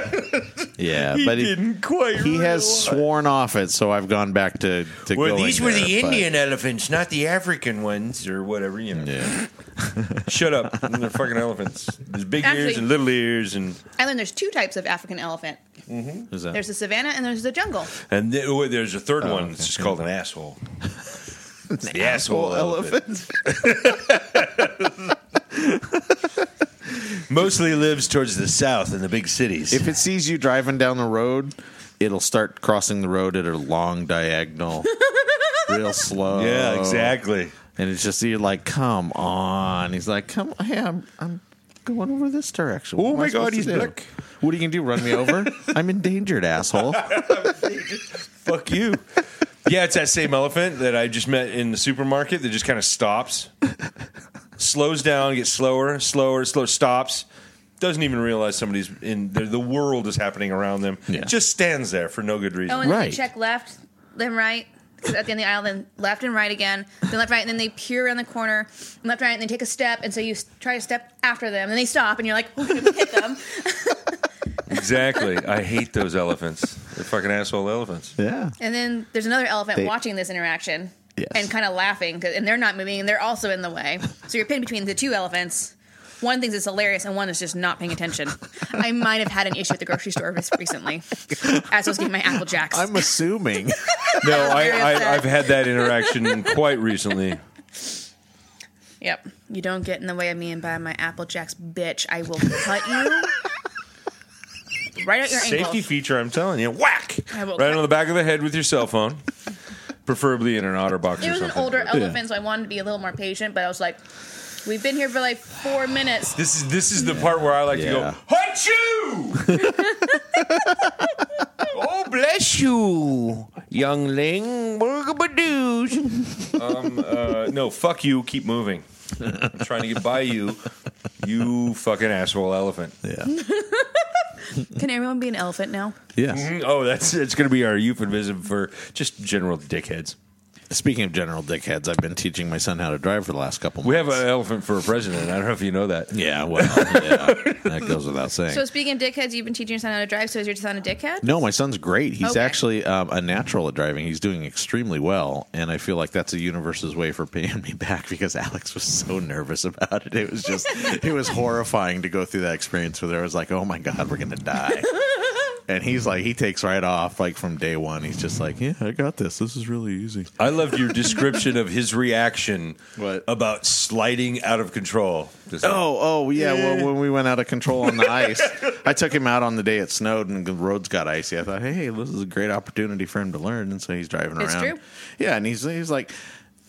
yeah, He but he, didn't quite. he has realize. sworn off it, so I've gone back to to. Well, going these were there, the but- Indian elephants, not the African ones or whatever. You know, Yeah. shut up. They're fucking elephants. There's big ears Actually- and little ears, and I learned there's two types of African elephant. Oh. Is that- There's the savannah and there's the jungle. and th- oh, there's a third one. It's just called an asshole. It's the asshole, elephant. Mostly lives towards the south in the big cities. if it sees you driving down the road, it'll start crossing the road at a long diagonal, real slow. yeah, exactly. And it's just you're like, come on. He's like, come. Hey, I'm I'm going over this direction. Oh What am I my God, supposed to he's do? black. What are you gonna do? Run me over? I'm endangered, asshole. Fuck you. Yeah, it's that same elephant that I just met in the supermarket that just kind of stops, slows down, gets slower, slower, slow, stops. Doesn't even realize somebody's in there. The world is happening around them. Yeah. Just stands there for no good reason. Oh, and then Right. they check left, then right. 'cause At the end of the aisle, then left and right again, then left, right, and then they peer around the corner, and left, right, and they take a step, and so you s- try to step after them, and they stop, and you're like, "Oh, I'm gonna hit them." exactly. I hate those elephants. They're fucking asshole elephants. Yeah. And then there's another elephant They- watching this interaction Yes. and kind of laughing, 'cause- and they're not moving, and they're also in the way. So you're pinned between the two elephants. One thinks it's hilarious, and one is just not paying attention. I might have had an issue at the grocery store re- recently as I was getting my Apple Jacks. I'm assuming. No, I, Very upset. I, I've had that interaction quite recently. yep. You don't get in the way of me and buy my Apple Jacks, bitch. I will cut you right out your Safety ankle. feature, I'm telling you. Whack! I will Right cut- on the back of the head with your cell phone, preferably in an otterbox It was or an something. older elephant, so I wanted to be a little more patient, but I was like, we've been here for like four minutes. This is this is the part where I like to Yeah. go, Hachoo! oh, bless you, youngling. um, uh, no, fuck you. Keep moving. I'm trying to get by you, you fucking asshole elephant. Yeah. Can everyone be an elephant now? Yes. Oh, that's it's going to be our euphemism for just general dickheads. Speaking of general dickheads, I've been teaching my son how to drive for the last couple We months. have an elephant for a president. I don't know if you know that. Yeah, well, yeah, that goes without saying. So speaking of dickheads, you've been teaching your son how to drive. So is your son a dickhead? no, my son's great. He's Okay. actually um, a natural at driving. He's doing extremely well, and I feel like that's a universe's way for paying me back because Alex was so nervous about it. It was just, it was horrifying to go through that experience where I was like, "Oh my god, we're gonna die," and he's like, he takes right off like from day one. He's just like, "Yeah, I got this. This is really easy." I loved your description of his reaction What? about sliding out of control. Just like, Oh, oh, yeah. Well, when we went out of control on the ice, I took him out on the day it snowed and the roads got icy. I thought, hey, this is a great opportunity for him to learn, and so he's driving It's around. true. Yeah, and he's he's like,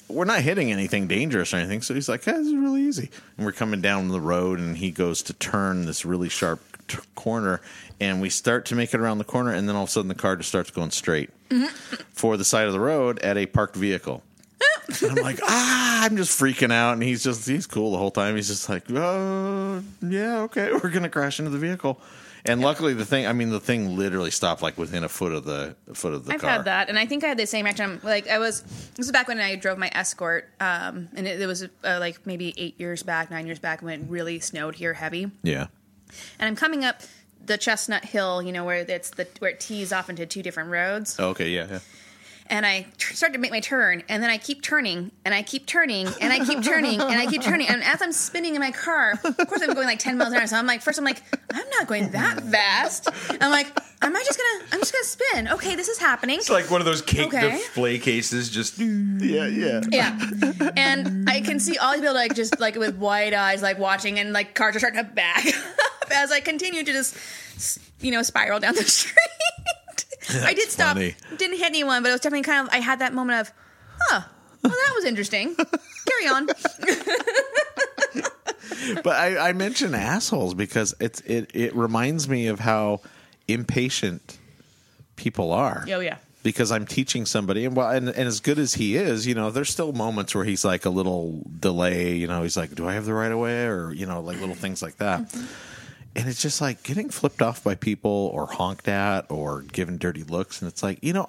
we're not hitting anything dangerous or anything, so he's like, yeah, this is really easy. And we're coming down the road, and he goes to turn this really sharp t- corner, and we start to make it around the corner, and then all of a sudden the car just starts going straight for the side of the road at a parked vehicle. And I'm like, ah, I'm just freaking out. And he's just, he's cool the whole time. He's just like, oh, yeah, okay, we're going to crash into the vehicle. And luckily, the thing, I mean, the thing literally stopped like within a foot of the foot of the I've car. had that, and I think I had the same reaction. I'm- Like I was, this was back when I drove my Escort, um, and it, it was uh, like maybe eight years back, nine years back when it really snowed here heavy, and Yeah. I'm coming up the Chestnut Hill, you know, where it's the where it tees off into two different roads. Oh, Okay. Yeah. yeah. and I tr- start to make my turn, and then I keep turning, and I keep turning, and I keep turning, and I keep turning, and as I'm spinning in my car, of course I'm going like ten miles an hour. So I'm like, first I'm like, I'm not going that fast. I'm like, am I just gonna? I'm just gonna spin. Okay, this is happening. It's like one of those cake Okay. display cases. Just Yeah. Yeah. Yeah, and I can see all these people like just like with wide eyes, like watching, and like cars are starting to back up as I continue to just s- you know spiral down the street. I did stop, funny. didn't hit anyone, but it was definitely kind of I had that moment of, huh, well that was interesting. Carry on. but I, I mention assholes because it's, it, it reminds me of how impatient people are. Oh yeah. because I'm teaching somebody, and well, and, and as good as he is, you know, there's still moments where he's like a little delay. You know, he's like, "Do I have the right of way?" or you know, like little things like that. Mm-hmm. And it's just like getting flipped off by people, or honked at, or given dirty looks, and it's like, you know,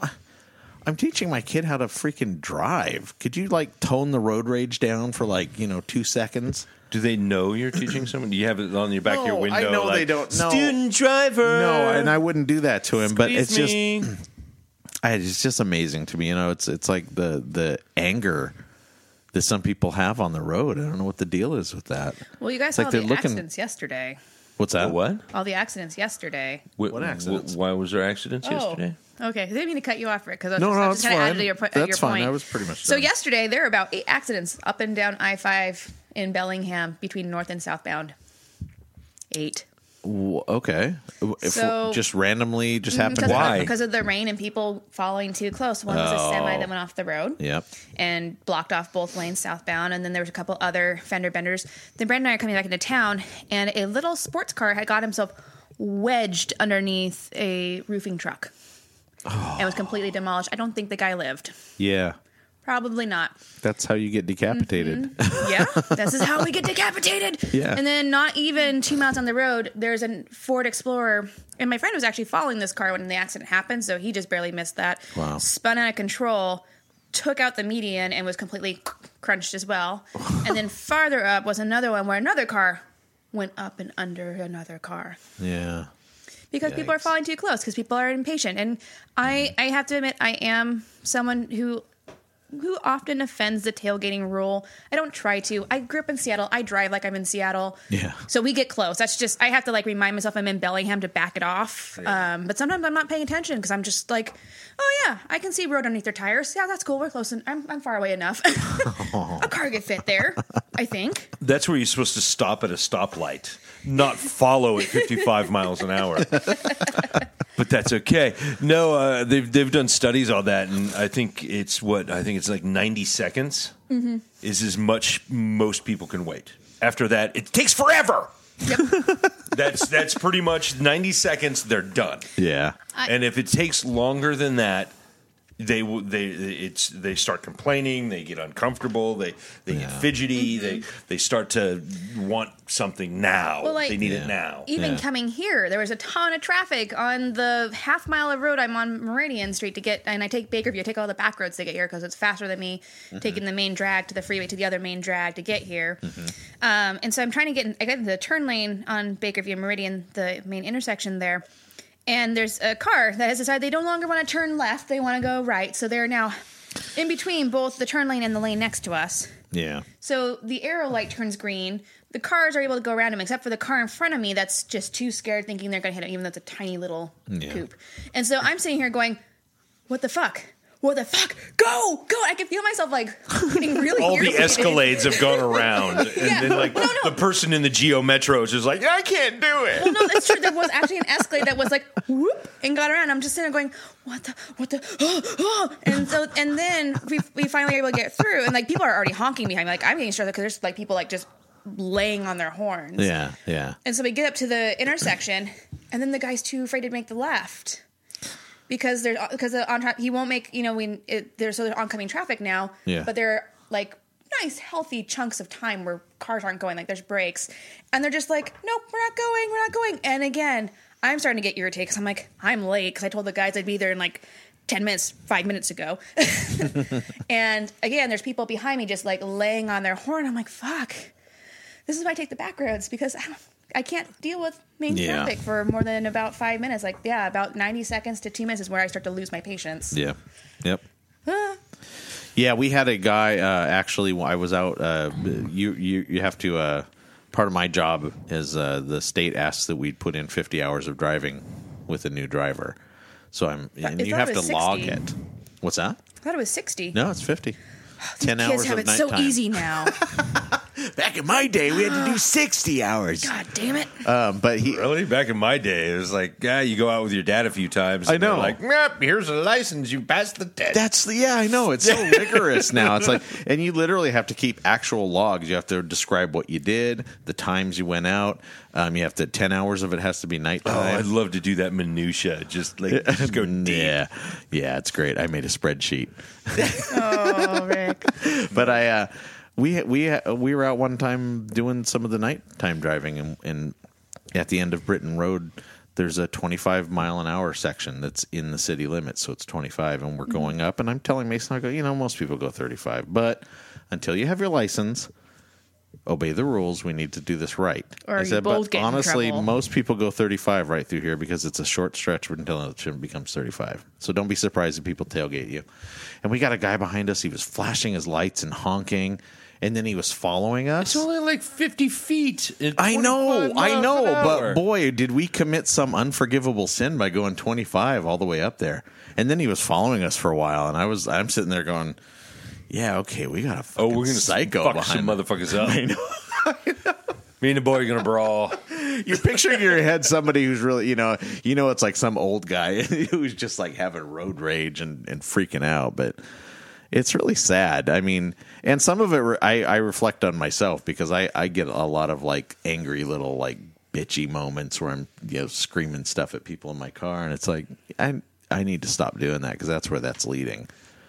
I'm teaching my kid how to freaking drive. Could you like tone the road rage down for like you know two seconds? do they know you're teaching someone? Do you have it on your back of your No, window? I know like, they don't know. Student driver. No, and I wouldn't do that to him, but it's just. just I, it's just amazing to me. You know, it's it's like the the anger that some people have on the road. I don't know what the deal is with that. Well, you guys It's like saw they're the looking- accidents yesterday. What's that? what? All the accidents yesterday. What, Uh, accidents? why was there accidents yesterday? Oh, okay. I didn't mean to cut you off, Rick, because I was No, just, no, I was just that's trying to add fine. to your, po- That's your fine. point. I was pretty much So done. yesterday, there were about eight accidents up and down I five in Bellingham between north and southbound. Eight. W- Okay, if So- mm, just randomly Because just of, happened. Why? the, because of the rain and people following too close. One was a semi that went off the road Yep. and blocked off both lanes southbound. And then there was a couple other fender benders. Then Brandon and I are coming back into town, and a little sports car had got himself wedged underneath a roofing truck and was completely demolished. I don't think the guy lived. Yeah, Probably not. that's how you get decapitated. Yeah, this is how we get decapitated. Yeah. And then not even two miles on the road, there's a Ford Explorer, and my friend was actually following this car when the accident happened, so he just barely missed that. Wow. Spun out of control, took out the median, and was completely crunched as well. and then farther up was another one where another car went up and under another car. yeah. because people are Yikes. Mm. falling too close because people are impatient. And I, I have to admit, I am someone who who often offends the tailgating rule. I don't try to. I grew up in Seattle. I drive like I'm in Seattle. Yeah. So we get close. That's just I have to like remind myself I'm in Bellingham to back it off. Um, but sometimes I'm not paying attention because I'm just like, oh yeah, I can see road underneath their tires. Yeah, that's cool. We're close and I'm I'm far away enough. A car could fit there, I think. That's where you're supposed to stop at a stoplight, not follow at 55 miles an hour. But that's okay. No, uh, they've they've done studies on that, and I think it's what I think it's like 90 seconds is as much most people can wait. After that, it takes forever. that's that's pretty much 90 seconds. They're done. Yeah. and if it takes longer than that, they will they it's they start complaining, they get uncomfortable, they they get fidgety, Mm-hmm. they they start to want something now. Well, like- they need Yeah. it now. Even Yeah. coming here, there was a ton of traffic on the half mile of road I'm on Meridian Street to get, and I take Bakerview. I take all the back roads to get here because it's faster than me taking the main drag to the freeway to the other main drag to get here. Um, and so I'm trying to get, in, I get into the turn lane on Bakerview and Meridian, the main intersection there. And there's a car that has decided they no longer want to turn left; they want to go right. So they're now in between both the turn lane and the lane next to us. Yeah. So the arrow light turns green. The cars are able to go around him, except for the car in front of me that's just too scared, thinking they're going to hit him, even though it's a tiny little Yeah. coop. And so I'm sitting here going, "What the fuck? What the fuck? Go, go!" I can feel myself like getting really All the irritated. escalades have gone around, and Yeah. then like No, no. the person in the Geo Metro is just like, I can't do it. Well, no, that's true. There was actually an escalade that was like whoop and got around. I'm just sitting there going, "What the? What the?" Oh, oh. And so, and then we we finally were able to get through, and like people are already honking behind me. Like I'm getting stressed because there's like people like just laying on their horns. Yeah. Yeah. And so we get up to the intersection, and then the guy's too afraid to make the left because there's because the on he won't make you know when it, there's so there's oncoming traffic now. Yeah. But there are like nice healthy chunks of time where cars aren't going like there's breaks, and they're just like nope we're not going we're not going. And again, I'm starting to get irritated because I'm like I'm late because I told the guys I'd be there in like. 10 minutes, five minutes ago. and again, there's people behind me just like laying on their horn. I'm like, fuck, this is why I take the back roads because I, don't, I can't deal with main Yeah. traffic for more than about five minutes. Like, yeah, about 90 seconds to two minutes is where I start to lose my patience. Yeah. Yep. yeah, we had a guy uh, actually. when I was out. Uh, you you you have to. Uh, part of my job is uh, the state asks that we put in fifty hours of driving with a new driver. So I'm and I you thought have it to was log 60. it. What's that? I thought it was 60. No, it's fifty. Ten Kids hours have of it so nighttime. easy now. Back in my day, we had to do sixty hours. God damn it. Um, but he Really? Back in my day, it was like, yeah, you go out with your dad a few times. and I know. they're Like, "Yep, here's a license. You passed the test. That's the yeah, I know. It's so rigorous now. It's like, and you literally have to keep actual logs. You have to describe what you did, the times you went out. Um, you have to ten hours of it has to be oh, I'd nighttime. love to do that minutia. Just like, just go deep. Mm, yeah, yeah, it's great. I made a spreadsheet, Oh, Rick. but I uh, we we we were out one time doing some of the nighttime driving, and, and at the end of Britain Road. There's a 25 mile an hour section that's in the city limits, so it's 25, and we're Mm-hmm. going up. And I'm telling Mason, I go, you know, most people go 35, but until you have your license, obey the rules. We need to do this right. Or I you said, both but get in honestly, trouble. most people go 35 right through here because it's a short stretch until it becomes 35. So don't be surprised if people tailgate you. And we got a guy behind us. He was flashing his lights and honking, and then he was following us. Only like 50 feet. at I know, 25 I miles know, an but hour. boy, did we commit some unforgivable sin by going 25 all the way up there. And then he was following us for a while, and I was, I'm sitting there going, "Yeah, okay, we got a Oh, fucking we're gonna psycho fuck behind some us." motherfuckers up. Me and the boy are gonna brawl. You're picturing in your head somebody who's really, you know, you know, it's like some old guy who's just like having road rage and, and freaking out. But it's really sad. I mean, and some of it re- I, I reflect on myself because I, I get a lot of like angry little like bitchy moments where I'm, you know, screaming stuff at people in my car. And it's like, I, I need to stop doing that because that's where that's leading.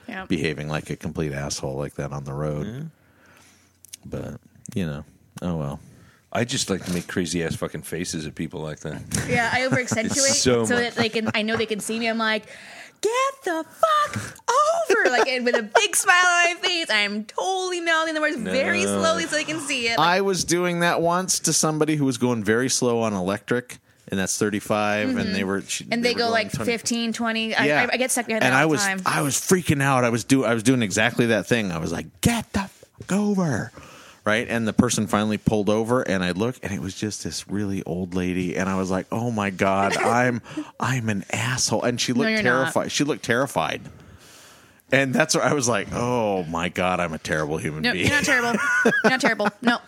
Yeah. Behaving like a complete asshole like that on the road. But, you know, oh well. I just like to make crazy ass fucking faces at people like that. Yeah, I over accentuate It's so so, much- that they can, I know they can see me. I'm like, get the fuck over. Like, and with a big smile on my face, I'm totally mouthing the words very slowly so they can see it. Like, I was doing that once to somebody who was going very slow on electric. and that's 35 and they were she- Mm-hmm. and they, were go going like 20 15, 20. I, yeah. I, I get stuck behind and that I all the was time. I was freaking out. I was do I was doing exactly that thing. I was like, get the fuck over. Right. And the person finally pulled over and I look and it was just this really old lady and I was like, Oh my God, I'm I'm an asshole. And she looked you're not. terrified. She looked terrified. And that's where I was like, Oh my God, I'm a terrible human no, being. you're not terrible. you're not terrible. No.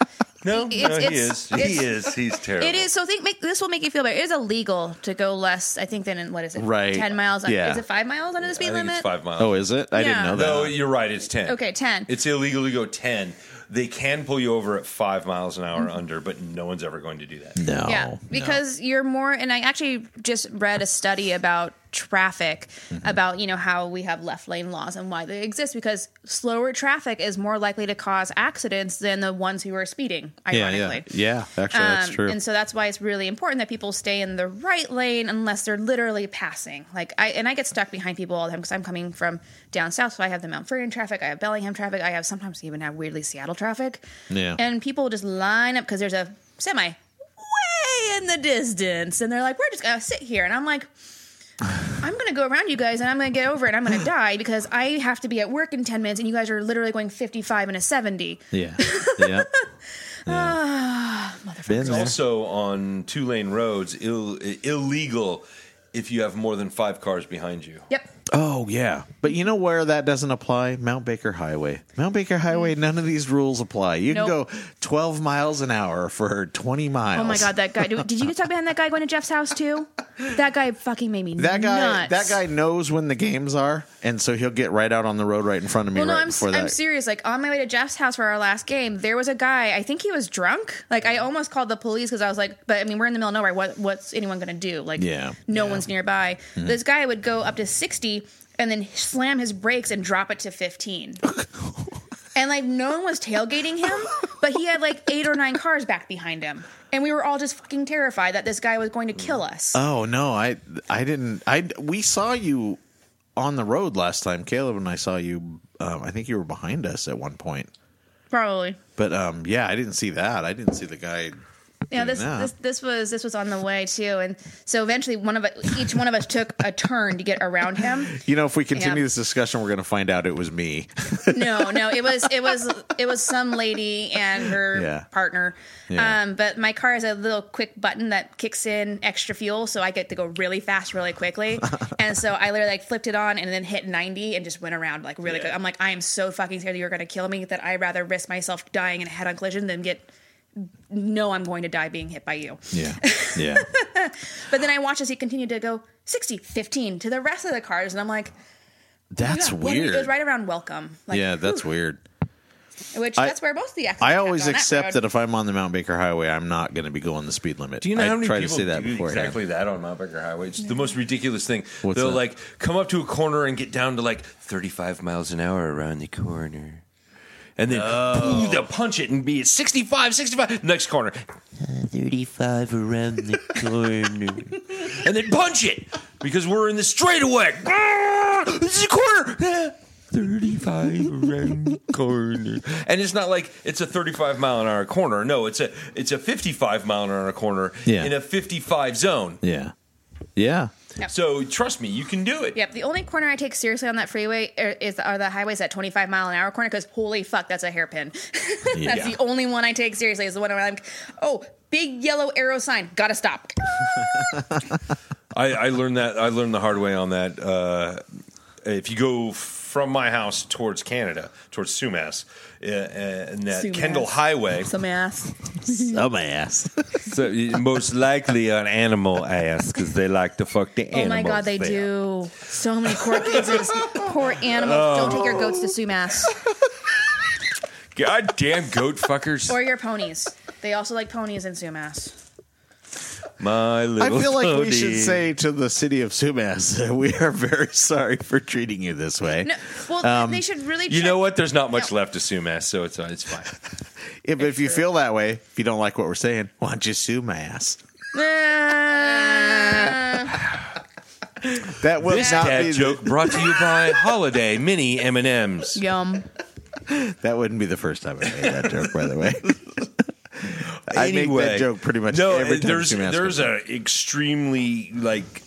No, It's- no, he it's- is. He it's- is. He's terrible. It is so. Think make, this will make you feel better. It is illegal to go less. I think than in what is it? Right. Ten miles. On, Yeah. Is it five miles under the I speed think limit? it's five miles. oh, is it? I didn't Yeah. know that. No, you're right. It's ten. Okay, ten. It's illegal to go ten. They can pull you over at five miles an hour Mm. under, but no one's ever going to do that. no. yeah, because you're more. And I actually just read a study about traffic, Mm-hmm. about you know how we have left lane laws and why they exist. Because slower traffic is more likely to cause accidents than the ones who are speeding. yeah, Ironically, yeah. Yeah, actually that's Um, true. And so that's why it's really important that people stay in the right lane unless they're literally passing. Like I and I get stuck behind people all the time because I'm coming from down south, so I have the Mount Vernon traffic, I have Bellingham traffic, I have sometimes even have weirdly Seattle traffic. Yeah. And people just line up because there's a semi way in the distance, and they're like, "We're just gonna sit here," and I'm like. I'm gonna go around you guys and I'm gonna get over it. I'm gonna die because I have to be at work in 10 minutes and you guys are literally going 55 and a 70. yeah. Yeah. Ah, Been there. Also on two lane roads, Ill, illegal if you have more than five cars behind you. Yep. Oh yeah, but you know where that doesn't apply? Mount Baker Highway. Mount Baker Highway. None of these rules apply. You Mm. Nope. can go 12 miles an hour for 20 miles. Oh my god, that guy! Did you get stuck behind that guy going to Jeff's house too? That guy fucking made me That guy. nuts. That guy knows when the games are, and so he'll get right out on the road right in front of me Well, no, right I'm, before that. I'm serious. Like on my way to Jeff's house for our last game, there was a guy. I think he was drunk. Like I almost called the police because I was like, but I mean, we're in the middle of nowhere. What what's anyone gonna do? Like, Yeah, no yeah. Hmm. one's nearby. This guy would go up to 60 and then slam his brakes and drop it to 15. and like no one was tailgating him, but he had like eight or nine cars back behind him, and we were all just fucking terrified that this guy was going to kill us. Oh no, I I didn't. I we saw you on the road last time, Caleb and I saw you. Um, I think you were behind us at one point, Probably. but um, yeah, I didn't see that. I didn't see the guy. Yeah, doing this, that. this this was this was on the way too, and so eventually one of us, each one of us took a turn to get around him. You know, if we continue Yeah. this discussion, we're going to find out it was me. No, no, it was it was it was some lady and her Yeah. partner. Yeah. Um, but my car has a little quick button that kicks in extra fuel, so I get to go really fast, really quickly. and so I literally like flipped it on and then hit ninety and just went around like really Yeah. quick. I'm like, I am so fucking scared that you're going to kill me that I'd rather risk myself dying in a head-on collision than get no, I'm going to die being hit by you. Yeah. Yeah. But then I watched as he continued to go 60, 15 to the rest of the cars, and I'm like, That's yeah, when- weird. It was right around welcome. Like, yeah, that's whew, weird. Which I- that's where most of the accidents I always happened on accept that, road. if I'm on the Mount Baker Highway, I'm not going to be going the speed limit. Do you know I how many try people to say that do beforehand. exactly that on Mount Baker Highway? It's the most ridiculous thing. What's They'll that? like come up to a corner and get down to like 35 miles an hour around the corner. And then Oh. pooh, they'll punch it and be at 65, 65, next corner. 35 around the corner. And then punch it because we're in the straightaway. Ah, This is a corner. Ah, 35 around the corner. And it's not like it's a 35 mile an hour corner. No, it's a it's a 55 mile an hour corner Yeah. in a 55 zone. Yeah. Yeah. So trust me, you can do it. Yep, the only corner I take seriously on that freeway are, is are the highways at 25 mile an hour corner because holy fuck, that's a hairpin. that's Yeah. the only one I take seriously is the one where I'm like, oh, big yellow arrow sign, gotta stop. I, I learned that I learned the hard way on that. Uh, if you go from my house towards Canada, towards Sumas, uh, and that Sumas. Kendall Highway, Some ass. Some ass. so most likely an animal ass because they like to fuck the Oh my god, they do. So many poor kids. poor animals. Don't take Oh. your goats to Sumas. Goddamn goat fuckers! Or your ponies. They also like ponies in Sumas. my I little. feel like we pony. should say to the city of Sumas, that we are very sorry for treating you this way. No, well, Um, they should really. You check- know what? There's not much left to Sumas, so it's uh, it's fine. if, if you feel that way, if you don't like what we're saying, why don't you sue my ass? Uh, That will This not dad be joke brought to you by Holiday Mini M and M's. yum. that wouldn't be the first time I made that joke, by the way. I make anyway, that joke pretty much no, every time there's she masturbates. there's a extremely like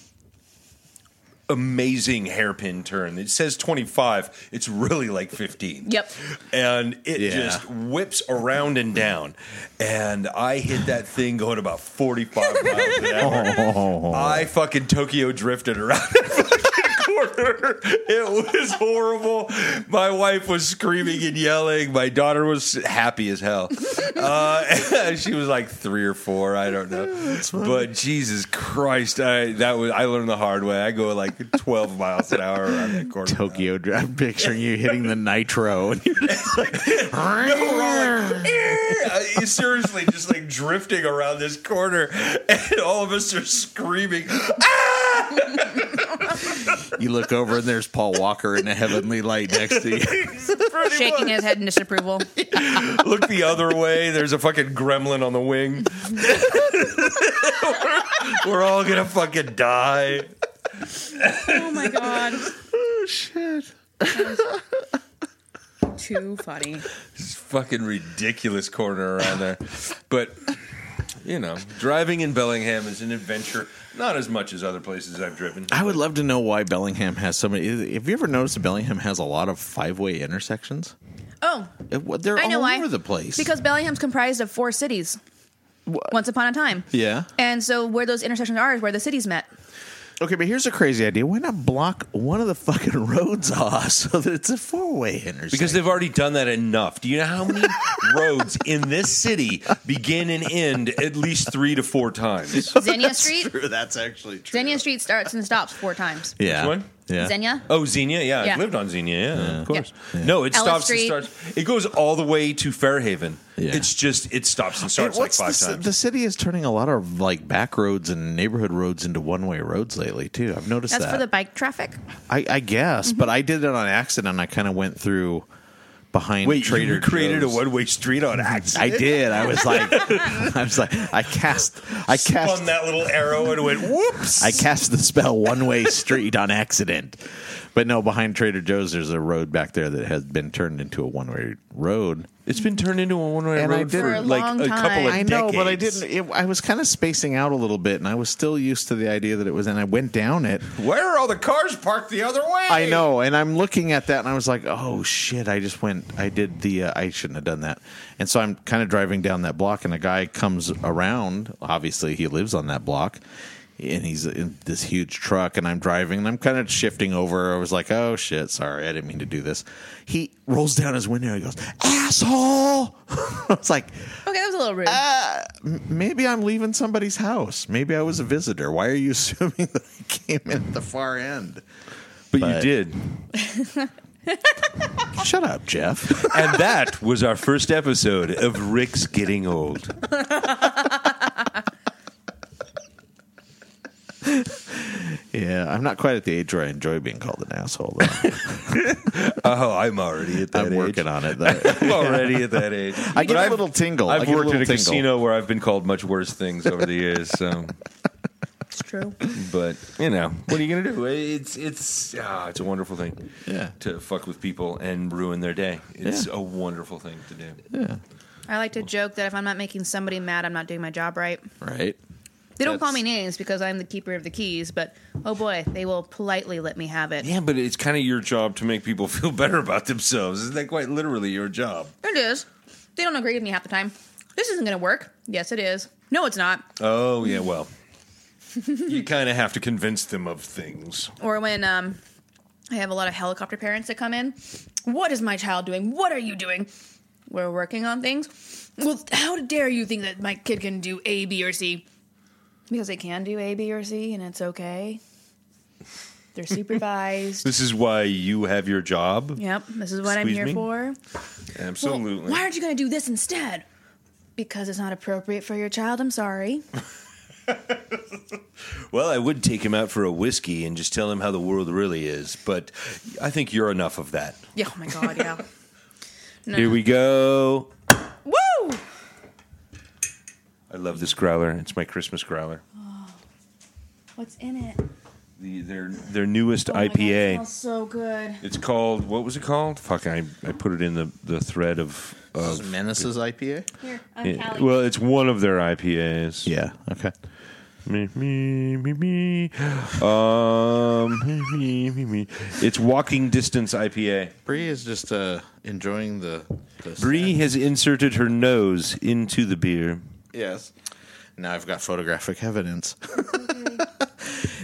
amazing hairpin turn. It says 25. It's really like 15. Yep. And it Yeah. just whips around and down. And I hit that thing going about 45 miles an hour. Oh. I fucking Tokyo drifted around that fucking corner. It was horrible. My wife was screaming and yelling. My daughter was happy as hell. Uh, she was like three or four. I don't know. But Jesus Christ, I that was I learned the hard way. I go like 12 miles an hour around that corner. Tokyo Drift. I'm picturing you hitting the nitro. And you're just like, We're all like, "Eh," seriously, just like drifting around this corner, and all of us are screaming. you look over and there's Paul Walker in the heavenly light next to you. shaking his head in disapproval. Look the other way. There's a fucking gremlin on the wing. we're, we're all gonna fucking die. Oh my god. oh shit. Too funny. It's fucking ridiculous corner around there, but you know, driving in Bellingham is an adventure. Not as much as other places I've driven. I would love to know why Bellingham has so many. Have you ever noticed that Bellingham has a lot of five way intersections? Oh, It- what- They're I know all why. over the place. because Bellingham's comprised of four cities. Once upon a time. Yeah. And so where those intersections are is where the cities met. Okay, but here's a crazy idea. Why not block one of the fucking roads off so that it's a four way intersection? Because they've already done that enough. Do you know how many roads in this city begin and end at least three to four times? Xenia Street. true. Oh, That's actually true. Xenia Street starts and stops four times. Yeah. Which one? Yeah. Xenia? Oh, Xenia, yeah, Yeah. I've lived on Xenia, yeah, of course. Yeah. No, it Ellis stops and Street. starts. It goes all the way to Fairhaven. Yeah. It's just it stops and And starts like what's five the, ci- times. the city is turning a lot of like back roads and neighborhood roads into one way roads lately too. I've noticed That's that. for the Mm-hmm. bike traffic. I, I guess, but I did it on accident. I kind of went through behind Trader created Joe's. a one-way street on accident. I did. I was like, I was like, I cast, I cast, Spun that little arrow and went whoops. I cast the spell one way street on accident. But no, behind Trader Joe's, there's a road back there that has been turned into a one way road. it's been turned into a one-way And I road didn't- for For a like long a couple of time. I know, but I decades. didn't. It, I was kind of spacing out a little bit, and I was still used to the idea that it was. And I went down it. Where are all the cars parked the other way? I know, and I'm looking at that, and I was like, "Oh shit!" I just went. I did the. Uh, I shouldn't have done that. And so I'm kind of driving down that block, and a guy comes around. Obviously, he lives on that block, and he's in this huge truck. And I'm driving, and I'm kind of shifting over. I was like, "Oh shit! Sorry, I didn't mean to do this." He rolls down his window. and He goes, "Asshole!" I was like, Okay, that was a little rude. "Maybe I'm leaving somebody's house. Maybe I was a visitor. Why are you assuming that I came in at the far end?" but, but- you did. Shut up, Jeff. And that was our first episode of Rick's Getting Old. Yeah, I'm not quite at the age where I enjoy being called an asshole. Though. Oh, I'm already at that I'm age. working on it. Though. I'm already at that age. I But get a I've- little tingle. I I've get worked little at a tingle. casino where I've been called much worse things over the years. So, That's true. but you know, what are you gonna do? It's it's ah, it's a wonderful thing. Yeah. To fuck with people and ruin their day. It's a wonderful thing to do. I like to joke that if I'm not making somebody mad, I'm not doing my job right. Right? They don't call That's- me names because I'm the keeper of the keys, but oh boy, they will politely let me have it. Yeah, but it's kind of your job to make people feel better about themselves. Isn't that quite literally your job? It is. They don't agree with me half the time. This isn't going to work. Yes, it is. No, it's not. Oh yeah, well, you kind of have to convince them of things. Or when um, I have a lot of helicopter parents that come in. What is my child doing? What are you doing? We're working on things. Well, how dare you think that my kid can do A, B, or C? Because they can do A, B, or C, and it's okay. They're supervised. This is why you have your job. yep, this is what I'm Squeeze here me? for. Well, Absolutely. why aren't you going to do this instead? Because it's not appropriate for your child. I'm sorry. Well, I would take him out for a whiskey and just tell him how the world really is, but I think you're enough of that. Yeah, oh my god, yeah. Here we go. Woo! I love this growler. It's my Christmas growler. What's in it? the their their newest Oh my God, it IPA. smells so good. It's called what was it called? Fuck, I, I put it in the the thread of of Menaces IPA. Here, I'm Callie. well, it's one of their IPAs. Yeah. Okay. Me, me, me, me. Um, me, me, me, me. It's Walking Distance IPA. Bree is just uh, enjoying the. the Bree has inserted her nose into the beer. Yes. Now I've got photographic evidence.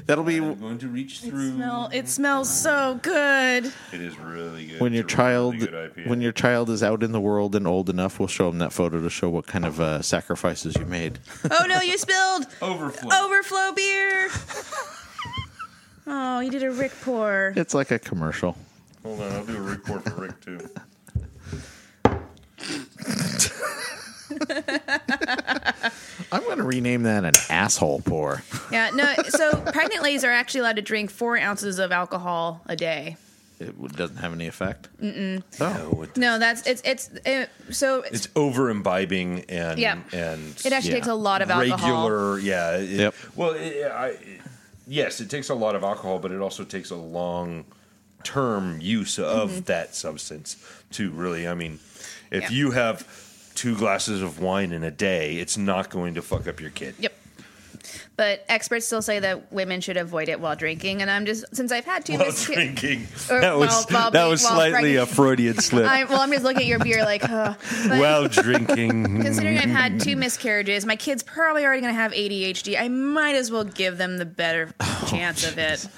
That'll be I'm going to reach it, through. smell, it smells so good. It is really good. when your It's a really child good IPA. when your child is out in the world and old enough, we'll show them that photo to show what kind of uh, sacrifices you made. Oh no, you spilled overflow. overflow beer. Oh, you did a Rick pour. It's like a commercial. Hold on, I'll do a report for Rick too. I'm going to rename that an asshole pour. Yeah, no. So pregnant ladies are actually allowed to drink four ounces of alcohol a day. It w- doesn't have any effect. Oh. No, that's it's it's it, so It's over imbibing and Yeah. and It actually yeah. takes a lot of regular. alcohol. Yeah. it- Yep. Well, it, I, it- yes, it takes a lot of alcohol, but it also takes a long term use of that substance to really. I mean, if Mm-hmm. Yeah. you have two glasses of wine in a day, it's not going to fuck up your kid. Yep. But experts still say that women should avoid it while drinking, and I'm just since I've had two While misca- drinking, Or that was while- while that being- was while slightly a pregnant. Freudian slip. I, well, I'm just looking at your beer like, huh. But While drinking, considering I've had mm. two miscarriages, my kid's probably already going to have ADHD. I might as well give them the better Oh, chance of it. Uh.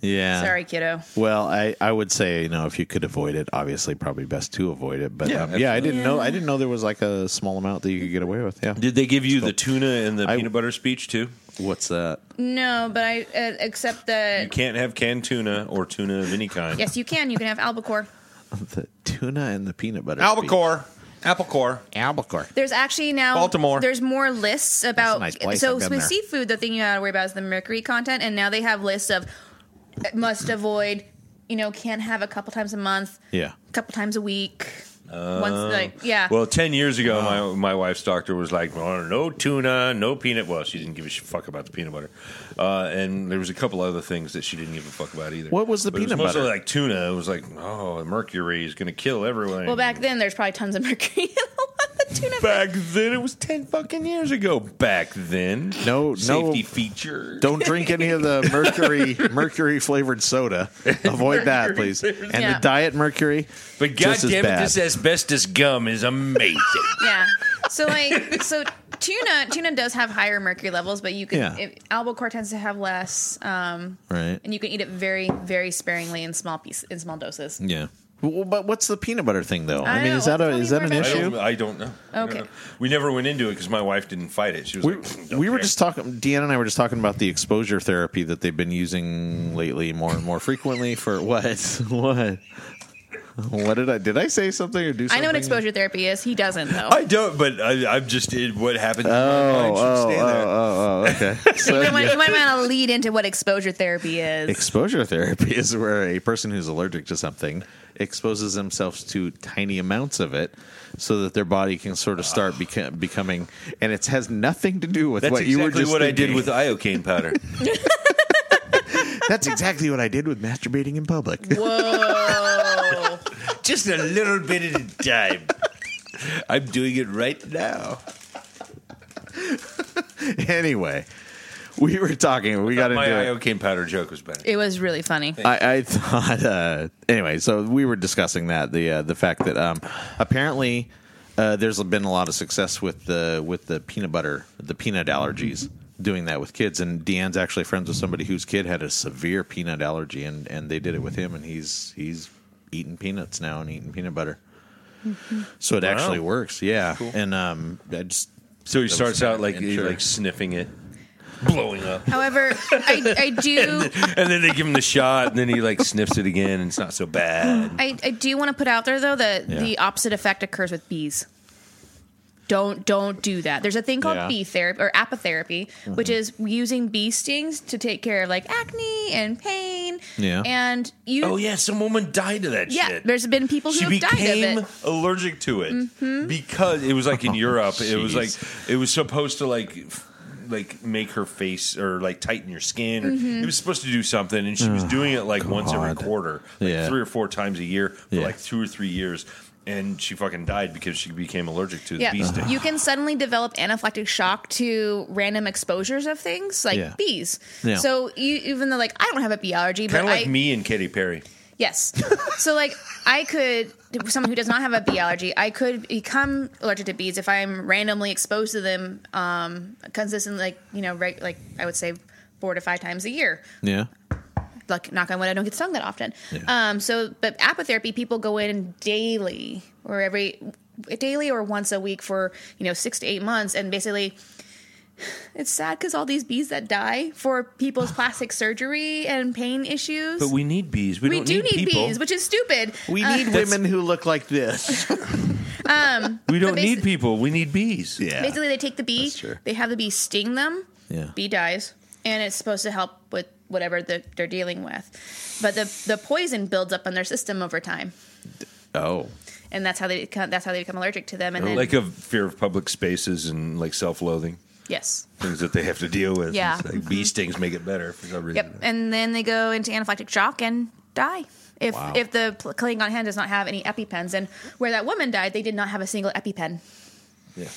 Yeah. Sorry, kiddo. Well, I, I would say you know if you could avoid it, obviously probably best to avoid it. But Yeah, yeah, um, yeah I didn't know Yeah. I didn't know there was like a small amount that you could get away with. Yeah. did they give you the tuna and the I- peanut butter speech too? What's that? No, but I uh, accept You that. can't have canned tuna or tuna of any kind. Yes, you can. You can have albacore. The tuna and the peanut butter. Albacore, albacore. speech. Albacore. There's actually now Baltimore. There's more lists about nice place. so I've been with there. seafood. The thing you have to worry about is the mercury content, and now they have lists of uh, must avoid. You know, can't have a couple times a month, Yeah. a couple times a week. Once, Oh. like, yeah. Well, ten years ago, my my wife's doctor was like, "Well, no tuna, no peanut." Well, she didn't give a sh- fuck about the peanut butter, uh, and there was a couple other things that she didn't give a fuck about either. What was the But it peanut mostly butter? Like tuna, it was like, "Oh, the mercury is going to kill everyone." well, back then there's probably tons of mercury in a lot of the tuna. back then, it was ten fucking years ago. Back then, No, no. safety feature. Don't drink any of the mercury mercury flavored soda. Avoid that, please. And Yeah. the diet mercury. But just as goddamn it, bad. this asbestos gum is amazing. yeah. So like, so tuna tuna does have higher mercury levels, but you can Yeah. it, albacore tends to have less, um, right. and you can eat it very very sparingly in small piece in small doses. Yeah. Well, but what's the peanut butter thing though? I I, mean, know. is that a Tell me is that more an about I it. issue? don't, I don't know. I don't Okay. know. We never went into it because my wife didn't fight it. She was We, like, "Mm, "Don't we were care." just talking. Deanna and I were just talking about the exposure therapy that they've been using lately, more and more frequently. For what? What? What did I did I say something or I do something? know what exposure therapy is. He doesn't though. I don't, but I, I'm just it, what happened. Oh, Oh, oh, oh, oh, oh, okay. So, You might, yeah. you might want to lead into what exposure therapy is. Exposure therapy is where a person who's allergic to something exposes themselves to tiny amounts of it so that their body can sort of start beca- becoming and it has nothing to do with Ah. That's what exactly you were just what I did thinking. with iocane powder. That's exactly what I did with masturbating in public. Whoa. just a little bit at a time. I'm doing it right now. anyway, we were talking, we got My into it. iocane powder joke was better. it was really funny. I, I thought uh, anyway. So we were discussing that the uh, the fact that um, apparently uh, there's been a lot of success with the with the peanut butter the peanut allergies doing that with kids. And Deanne's actually friends with somebody whose kid had a severe peanut allergy, and and they did it with him, and he's he's eating peanuts now and eating peanut butter. So it actually works, yeah. And um, I just So he starts out like And sure. like sniffing it, blowing up, However, I, I do and then they give him the shot, and then he like sniffs it again, and it's not so bad. I, I do want to put out there though that Yeah. the opposite effect occurs with bees. Don't don't do that. There's a thing called Yeah. Mm-hmm. bee therapy or apitherapy, which is using bee stings to take care of like acne and pain. Yeah. And you Oh yeah, some woman died of that yeah, shit. there's been people who she have died became of it. Mm-hmm. Oh, allergic to it because it was like in Europe. it was jeez. like it was supposed to like f- like make her face or like tighten your skin. Or, Mm-hmm. It was supposed to do something, and she was doing it like once every God. quarter, like Yeah. three or four times a year for Yeah. like two or three years. And she fucking died because she became allergic to the Yeah, bee sting. you can suddenly develop anaphylactic shock to random exposures of things like Yeah. bees. Yeah. So you, even though like I don't have a bee allergy, Kind but of like I me and Katy Perry. yes, so like I could someone who does not have a bee allergy, I could become allergic to bees if I'm randomly exposed to them, um, consistently like you know reg- like I would say four to five times a year. Yeah. Like knock on wood, I don't get stung that often. Yeah. Um, so but apotherapy people go in daily or every daily or once a week for you know six to eight months and basically it's sad because all these bees that die for people's plastic surgery and pain issues But we need bees. We, we don't do need, need people. bees which is stupid We Uh, need women who look like this. we don't basi- need people. We need bees. Yeah. basically they take the bee That's true. they have the bee sting them Yeah. bee dies and it's supposed to help with whatever that they're dealing with but the the poison builds up in their system over time Oh. and that's how they become, that's how they become allergic to them. And then, Oh, Like a fear of public spaces and like self-loathing, yes, things that they have to deal with. Yeah. It's like bee stings make it better for some reason. yep. And then they go into anaphylactic shock and die. If Wow. if the pl- Klingon hand does not have any epipens, and where that woman died, they did not have a single epipen. Yeah.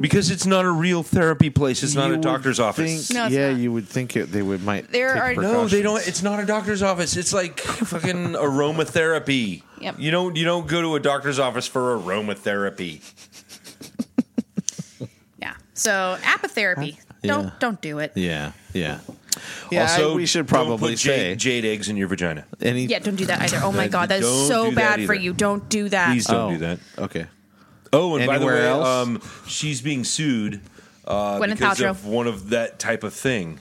Because it's not a real therapy place. It's not You a would doctor's office. No, it's yeah, not. you would think it, they would might. There take are- No, No, they precautions. don't. It's not a doctor's office. It's like fucking aromatherapy. Yep. You don't. You don't go to a doctor's office for aromatherapy. Yeah. So apitherapy. Don't Yeah. don't do it. Yeah, yeah. Yeah, also, we should probably put say jade, jade eggs in your vagina. any. Yeah, don't do that either. Oh my That- god, that is don't so do that bad for either. you. Don't do that. Please don't Oh, do that. Okay. Oh, and by the Anywhere way, else? um, she's being sued uh, Gwyneth because Paltrow. of one of that type of thing.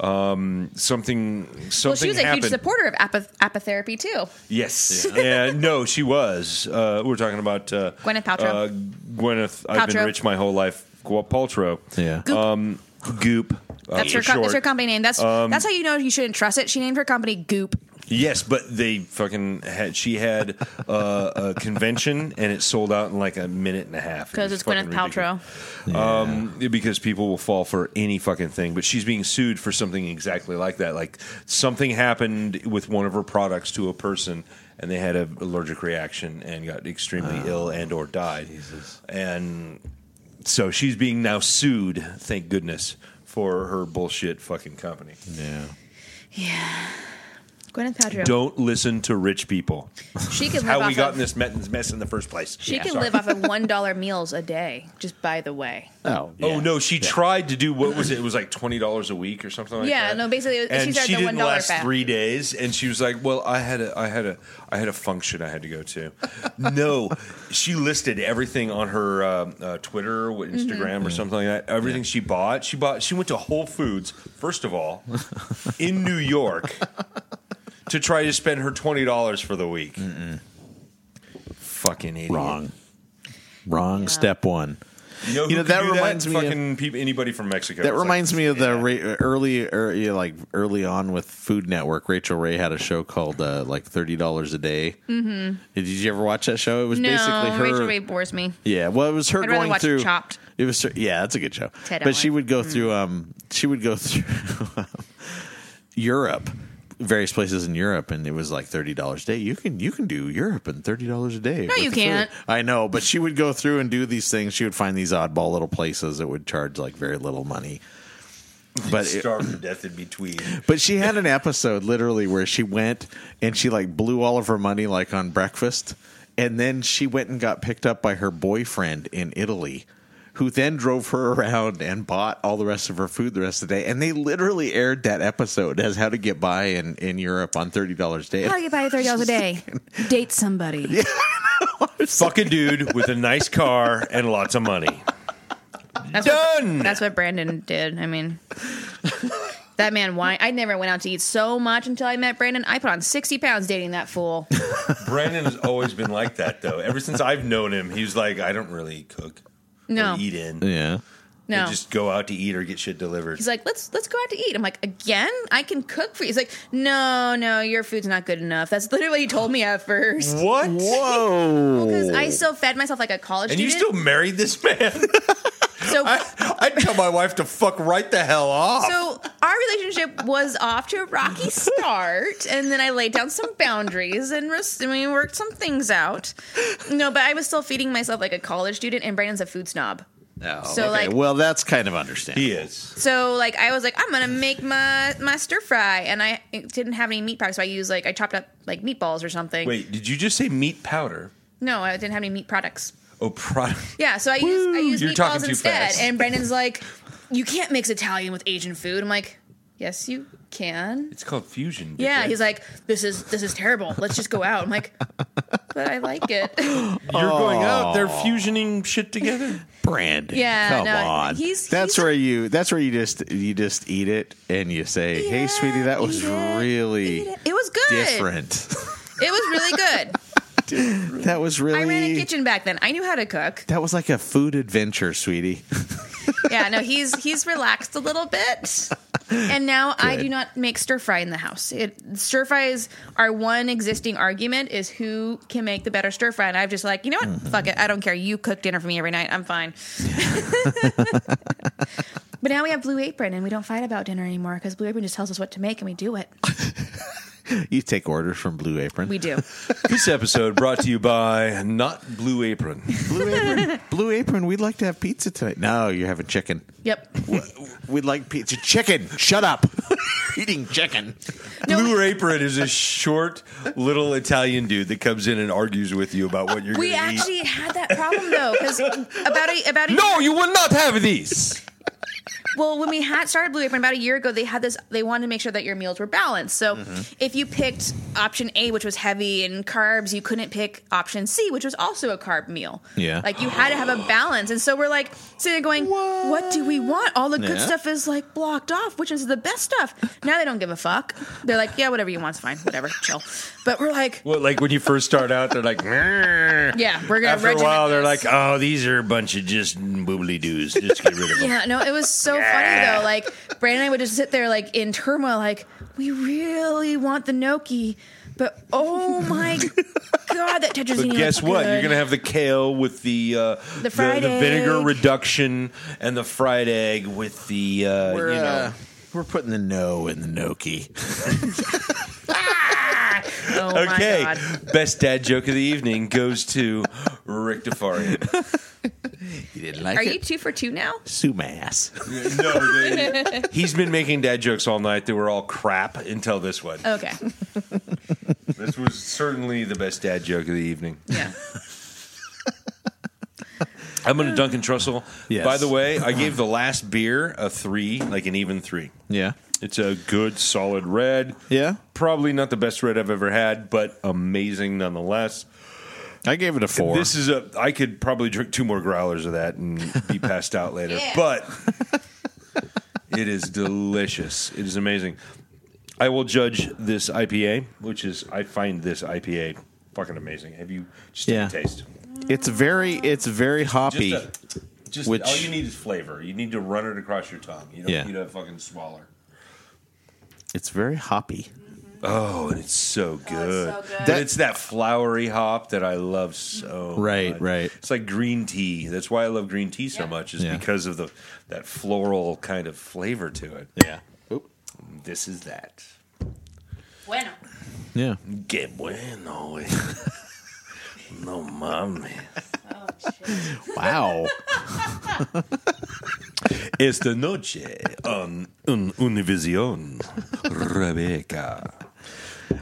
Um, something. Something well, she was a happened. Oh, huge supporter of apath- apitherapy too. Yes. Yeah. no, she was. Uh, we're talking about uh, Gwyneth Paltrow. Uh, Gwyneth. I've been Paltrow. rich my whole life. Gw- Paltrow. Yeah. Goop. Um, Goop. uh, that's for Um, her. Co- that's short. her company name. That's that's how you know you shouldn't trust it. She named her company Goop. Yes, but they fucking had. She had uh, a convention and it sold out in like a minute and a half It Because was it's Gwyneth fucking ridiculous. Paltrow. Um, because people will fall for any fucking thing. But she's being sued for something exactly like that. Like something happened with one of her products to a person, and they had an allergic reaction and got extremely ill and or died. And so she's being now sued. Thank goodness for her bullshit fucking company. Yeah. Gwyneth Paltrow. Don't listen to rich people. She can live How off we got of- in this met- mess in the first place. She Yeah, can sorry. live off of one dollar meals a day. Just by the way, Oh. Oh no, she tried to do what was it? It was like twenty dollars a week or something like Yeah, that. no, basically, it was- she and tried she the didn't $1 last fat. three days, and she was like, "Well, I had a, I had a, I had a function I had to go to." no, she listed everything on her um, uh, Twitter, or Mm-hmm. Instagram, or something like that. Everything she bought, she bought. She went to Whole Foods first of all in New York to try to spend her twenty dollars for the week. Fucking idiot. Wrong. Wrong. Yeah. Step one. You know, who You know, could that do reminds me of- Fucking peop- anybody from Mexico. That It's like, reminds me of the ra- early, er, yeah, like early on with Food Network. Rachel Ray had a show called uh, like thirty dollars a day. Mm-hmm. Did you ever watch that show? It was basically no, her. Rachel Ray bores me. Yeah, well, it was her I'd rather going watch through Chopped. It was her- yeah, that's a good show. Ted but she Allen. Mm. would go through um, she would go through um, Europe, various places in Europe, and it was like thirty dollars a day. You can you can do Europe in thirty dollars a day. with you the can't. food. I know, but she would go through and do these things. She would find these oddball little places that would charge like very little money. But it, starved to death in between. but she had an episode literally where she went and she like blew all of her money like on breakfast and then she went and got picked up by her boyfriend in Italy who then drove her around and bought all the rest of her food the rest of the day and they literally aired that episode as how to get by in, in Europe on $30 a day. How do you buy thirty dollars a day? Date somebody. Fuck a dude with a nice car and lots of money. That's Done! What, that's what Brandon did. I mean, that man. Why? I never went out to eat so much until I met Brandon. I put on sixty pounds dating that fool. Brandon has always been like that, though. Ever since I've known him, he's like, I don't really cook No, or eat in. Yeah. I no. just go out to eat or get shit delivered. He's like, let's let's go out to eat. I'm like, again? I can cook for you. He's like, no, no, your food's not good enough. That's literally what he told me at first. What? Whoa. Because I still fed myself like a college And you student. still married this man? So I'd tell my wife to fuck right the hell off. So our relationship was off to a rocky start, and then I laid down some boundaries and, res- and we worked some things out. No, but I was still feeding myself like a college student, and Brandon's a food snob. no, so, like- well, that's kind of understandable. He is. So like I was like, I'm gonna make my my stir fry, and I didn't have any meat products, so I used like I chopped up like meatballs or something. Wait, did you just say meat powder? No, I didn't have any meat products. Oh, product. Yeah, so I used I used You're talking meatballs too instead, fast. and Brandon's like, you can't mix Italian with Asian food. I'm like, yes, you can. It's called fusion. Yeah, dickhead. he's like, this is this is terrible. Let's just go out. I'm like, but I like it. You're going out. They're fusioning shit together. Brandon, Yeah, come no, on. he's- that's he's- where you. That's where you just you just eat it and you say, "Hey, Yeah, sweetie, that was eat it, really It was good. different. It was really good. that was really I ran a kitchen back then. I knew how to cook. that was like a food adventure, sweetie." Yeah, no, he's he's relaxed a little bit. And now I Good. do not make stir fry in the house. It, stir fry is our one existing argument is who can make the better stir fry. And I'm just like, you know what? Fuck it. I don't care. You cook dinner for me every night. I'm fine. but now we have Blue Apron and we don't fight about dinner anymore because Blue Apron just tells us what to make and we do it. You take orders from Blue Apron. We do. this episode brought to you by Not Blue Apron. Blue Apron. Blue Apron. We'd like to have pizza tonight. No, you're having chicken. Yep. We'd like pizza. Chicken. Shut up. Eating chicken. No, Blue we- Apron is a short little Italian dude that comes in and argues with you about what you're We going to eat. actually had that problem though, because about a about a No, you will not have these. well, when we had started Blue Apron about a year ago, they had this. They wanted to make sure that your meals were balanced. So Mm-hmm. if you picked option A, which was heavy and carbs, you couldn't pick option C, which was also a carb meal. Yeah. like you had to have a balance. And so we're like sitting there going, "What, do we want? All the good Yeah. stuff is like blocked off. Which is the best stuff?" Now they don't give a fuck. They're like, "Yeah, whatever you want's fine. Whatever, chill." But we're like, Well, like when you first start out, they're like, "Meh." Yeah, we're gonna After a regiment while, they're this. like, oh, these are a bunch of just boobly doos. Just get rid of them. Yeah, no, it was so funny though. Like Brandon and I would just sit there like in turmoil, like, we really want the Noki, but oh my god, that But tetrazzini. guess looks what? You're good. gonna have the kale with the uh, The fried vinegar egg. reduction and the fried egg with the uh, We're, you know. uh, we're putting the no in the Noki. Oh my okay, god. best dad joke of the evening goes to Rick DeFario. You didn't like Are you two for two now? Sumas. no, they- he's been making dad jokes all night. They were all crap until this one. Okay. This was certainly the best dad joke of the evening. Yeah. I'm going to Duncan Trussell. Yes. By the way, I gave the last beer a three, like an even three. Yeah. It's a good, solid red. Yeah. Probably not the best red I've ever had, but amazing nonetheless. I gave it a four. This is a. I could probably drink two more growlers of that and be passed out later. Yeah. But it is delicious. It is amazing. I will judge this IPA, which is I find this IPA fucking amazing. Have you just take Yeah. a taste? it's very it's very hoppy. Just, a, just Which- all you need is flavor. You need to run it across your tongue. You don't Yeah. need a fucking smaller. it's very hoppy. Oh, and it's so good. good. But it's that flowery hop that I love so Mm-hmm. Right, much. right. It's like green tea. That's why I love green tea so Yeah. much is Yeah. because of the that floral kind of flavor to it. Yeah. Oop. This is that. Bueno. Yeah. Que bueno. eh. no mames. Wow. Esta noche on un, Univision, Rebecca.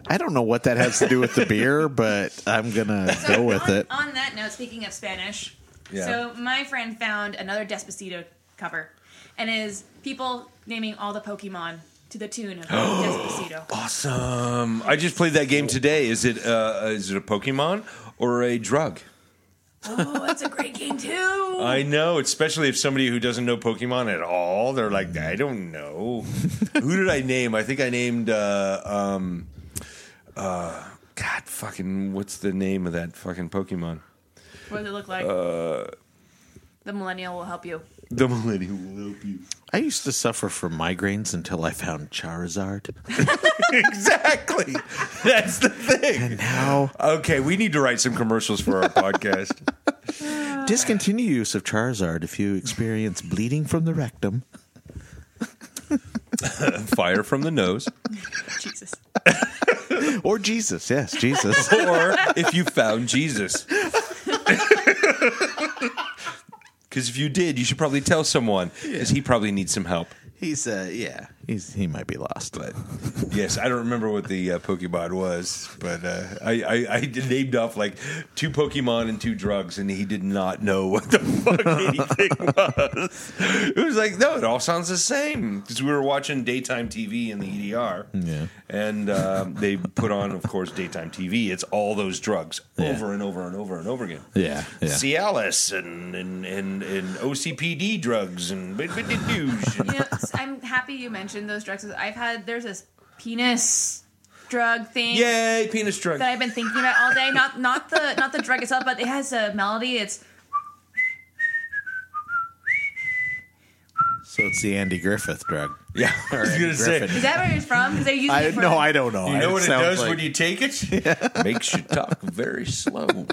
I don't know what that has to do with the beer, but I'm gonna go with on, it. On that note, speaking of Spanish, Yeah. so my friend found another Despacito cover, and it is people naming all the Pokemon to the tune of Despacito. Awesome. I just played that game today. Is it uh, is it a Pokemon or a drug? Oh, that's a great game too. I know, especially if somebody who doesn't know Pokemon at all, they're like, I don't know. who did I name? I think I named, uh, um, uh, God, fucking, what's the name of that fucking Pokemon? Uh, What does it look like? the millennial will help you. The Millennium will help you. I used to suffer from migraines until I found Charizard. exactly. That's the thing. Now Okay, we need to write some commercials for our podcast. Discontinue use of Charizard if you experience bleeding from the rectum. Fire from the nose. Jesus. Or Jesus, yes, Jesus. or if you found Jesus. Because if you did, you should probably tell someone, because he probably needs some help. he's uh yeah. He's he might be lost. But yes, I don't remember what the uh, Pokemon was, but uh, I, I, I named off like two Pokemon and two drugs, and he did not know what the fuck anything was. It was like, no, it all sounds the same. Because we were watching daytime TV in the EDR, Yeah. and um, they put on, of course, daytime TV. It's all those drugs over and over and over and over again. Yeah, yeah. Cialis and, and, and, and OCPD drugs and. You know, s- I'm happy you mentioned those drugs. I've had there's this penis drug thing Yay, penis drug. that I've been thinking about all day. Not not the not the drug itself, but it has a melody. It's So it's the Andy Griffith drug. Yeah, I was Andy gonna say. Griffin. is that where it's from? Because they use I it for no, I don't know. You I know what it sounds does like- when you take it? Makes you talk very slow.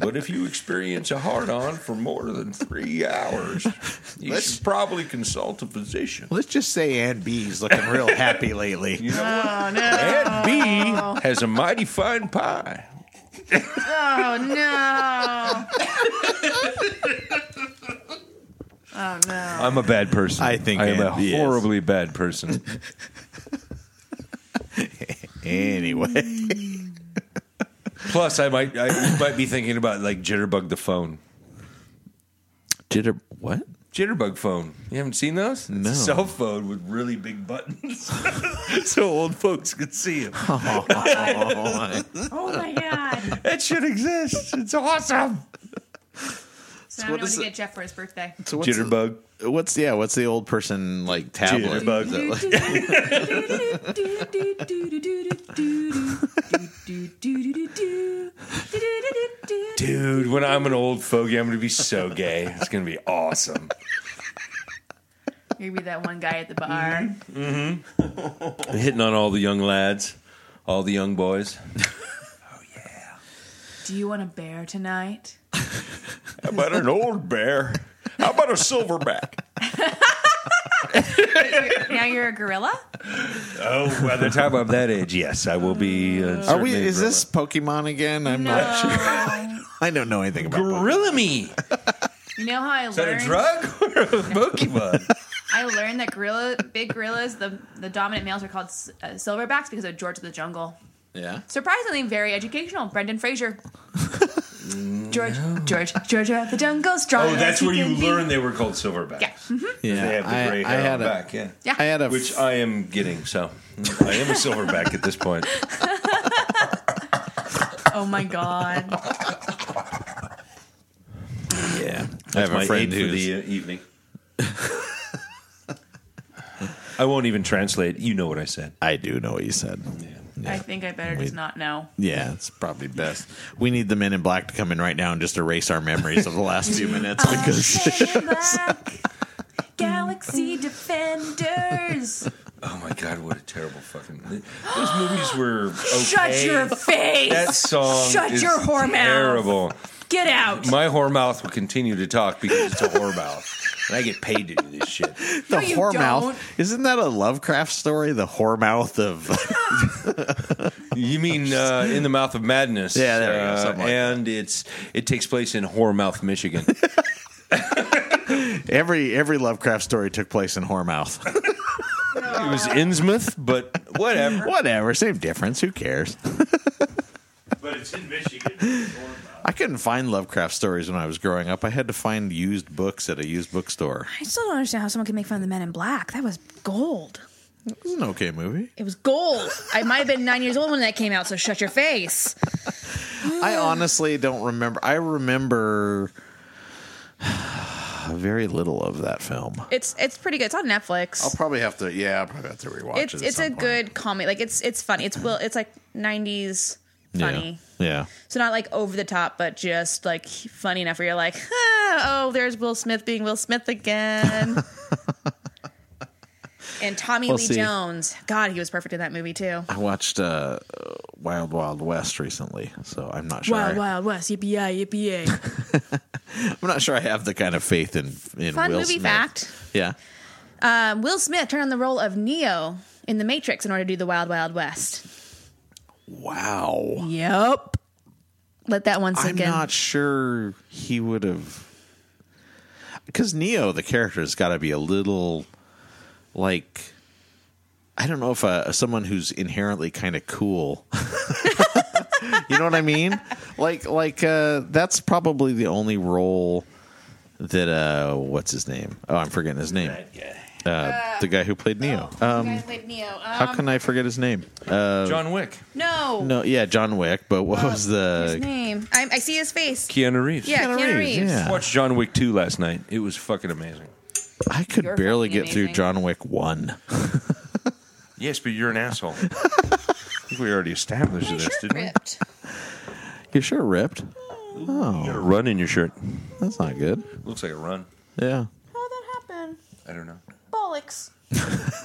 but if you experience a hard on for more than three hours, you Let's- should probably consult a physician. Let's just say Ann B's looking real happy lately. You know oh, no. And B has a mighty fine pie. Oh no! oh no! I'm a bad person. I think I am a Ann B is. horribly bad person. Anyway, Plus, I might I might be thinking about like jitterbug the phone. jitter. What? Jitterbug phone. You haven't seen those? No. It's a cell phone with really big buttons, so old folks could see them. Oh my god! It should exist. It's awesome. So now what I know what is to it? get Jeff for his birthday. So what's Jitterbug. The, what's yeah? What's the old person like tablet? Jitterbug. Is it like- Dude, when I'm an old fogey, I'm going to be so gay. It's going to be awesome. You're gonna be that one guy at the bar. Hitting on all the young lads, all the young boys. Do you want a bear tonight? How about an old bear? How about a silverback? Now you're a gorilla. Oh, by the time I'm that age, yes, I will be. Uh, Are we? certainly a Is this Pokemon again? I'm not sure. I don't know anything about. gorilla. gorilla Pokemon. me? You know how I Is that a learned? drug or a Pokemon? I learned that gorilla, big gorillas, the the dominant males are called s- uh, silverbacks because of George of the Jungle. Yeah. Surprisingly, very educational. Brendan Fraser. George, George, George of the Jungle, strong. oh, that's as he where you can be. learn they were called silverbacks. Yeah. Yeah. They have the gray hair on had the a- back, yeah. Yeah. I had a Which I am getting, so I am a silverback at this point. Oh my god. yeah. I have a my friend aid for who's the uh, evening. I won't even translate. You know what I said. I do know what you said. I think I better just not know. Yeah, it's probably best. We need the Men in Black to come in right now and just erase our memories of the last few Uh, minutes because Black Galaxy Defenders. Oh my god, what a terrible fucking! Those movies were okay. Shut your face. that song. Shut is your whore mouth. Terrible. Get out. My whore mouth will continue to talk because it's a whore mouth, and I get paid to do this shit. the you whore don't. mouth isn't that a Lovecraft story? The whore mouth of You mean uh, in the mouth of madness? Yeah, there we go, uh, something like that. and it's it takes place in Whoremouth, Michigan. every every Lovecraft story took place in Whoremouth. it was Innsmouth, but whatever. Whatever, same difference. Who cares? But it's in Michigan. I couldn't find Lovecraft stories when I was growing up. I had to find used books at a used bookstore. I still don't understand how someone can make fun of the Men in Black. That was gold. It was an okay movie. It was gold. I might have been nine years old when that came out, so shut your face. I honestly don't remember. I remember very little of that film. It's it's pretty good. It's on Netflix. I'll probably have to. Yeah, I'll probably have to rewatch it's it. at it's a some point. good comedy. Like it's it's funny. It's well, it's like nineties funny. Yeah. So not like over the top, but just like funny enough where you're like, ah, oh, there's Will Smith being Will Smith again. and Tommy We'll Lee see. Jones. God, he was perfect in that movie too. I watched uh, Wild Wild West recently, so I'm not sure. Wild I, Wild West, yippee yippee I'm not sure I have the kind of faith in in Fun Will movie Smith. fact: Yeah, um, Will Smith turned on the role of Neo in The Matrix in order to do the Wild Wild West. wow. Yep. Let that one I'm sink in. not sure he would have because Neo, the character, has got to be a little like I don't know if uh, someone who's inherently kind of cool. you know what I mean? Like, like uh, that's probably the only role that uh, what's his name? Oh, I'm forgetting his name. Uh, the guy who played Neo. Um, You guys played Neo. Um, how can I forget his name? John Wick, no. No, yeah, John Wick. But what was His the name. I, I see his face. Keanu Reeves. Uh, Yeah, Keanu, Reeves. yeah. Watched John Wick 2 last night. It was fucking amazing. I could You're barely fucking get through amazing. John Wick one. Yes, but you're an asshole. I think we already established My this, shirt didn't we? ripped. Your shirt ripped. You got a run in your shirt. That's not good. Looks like a run. Yeah. How'd that happen? I don't know. Bollocks.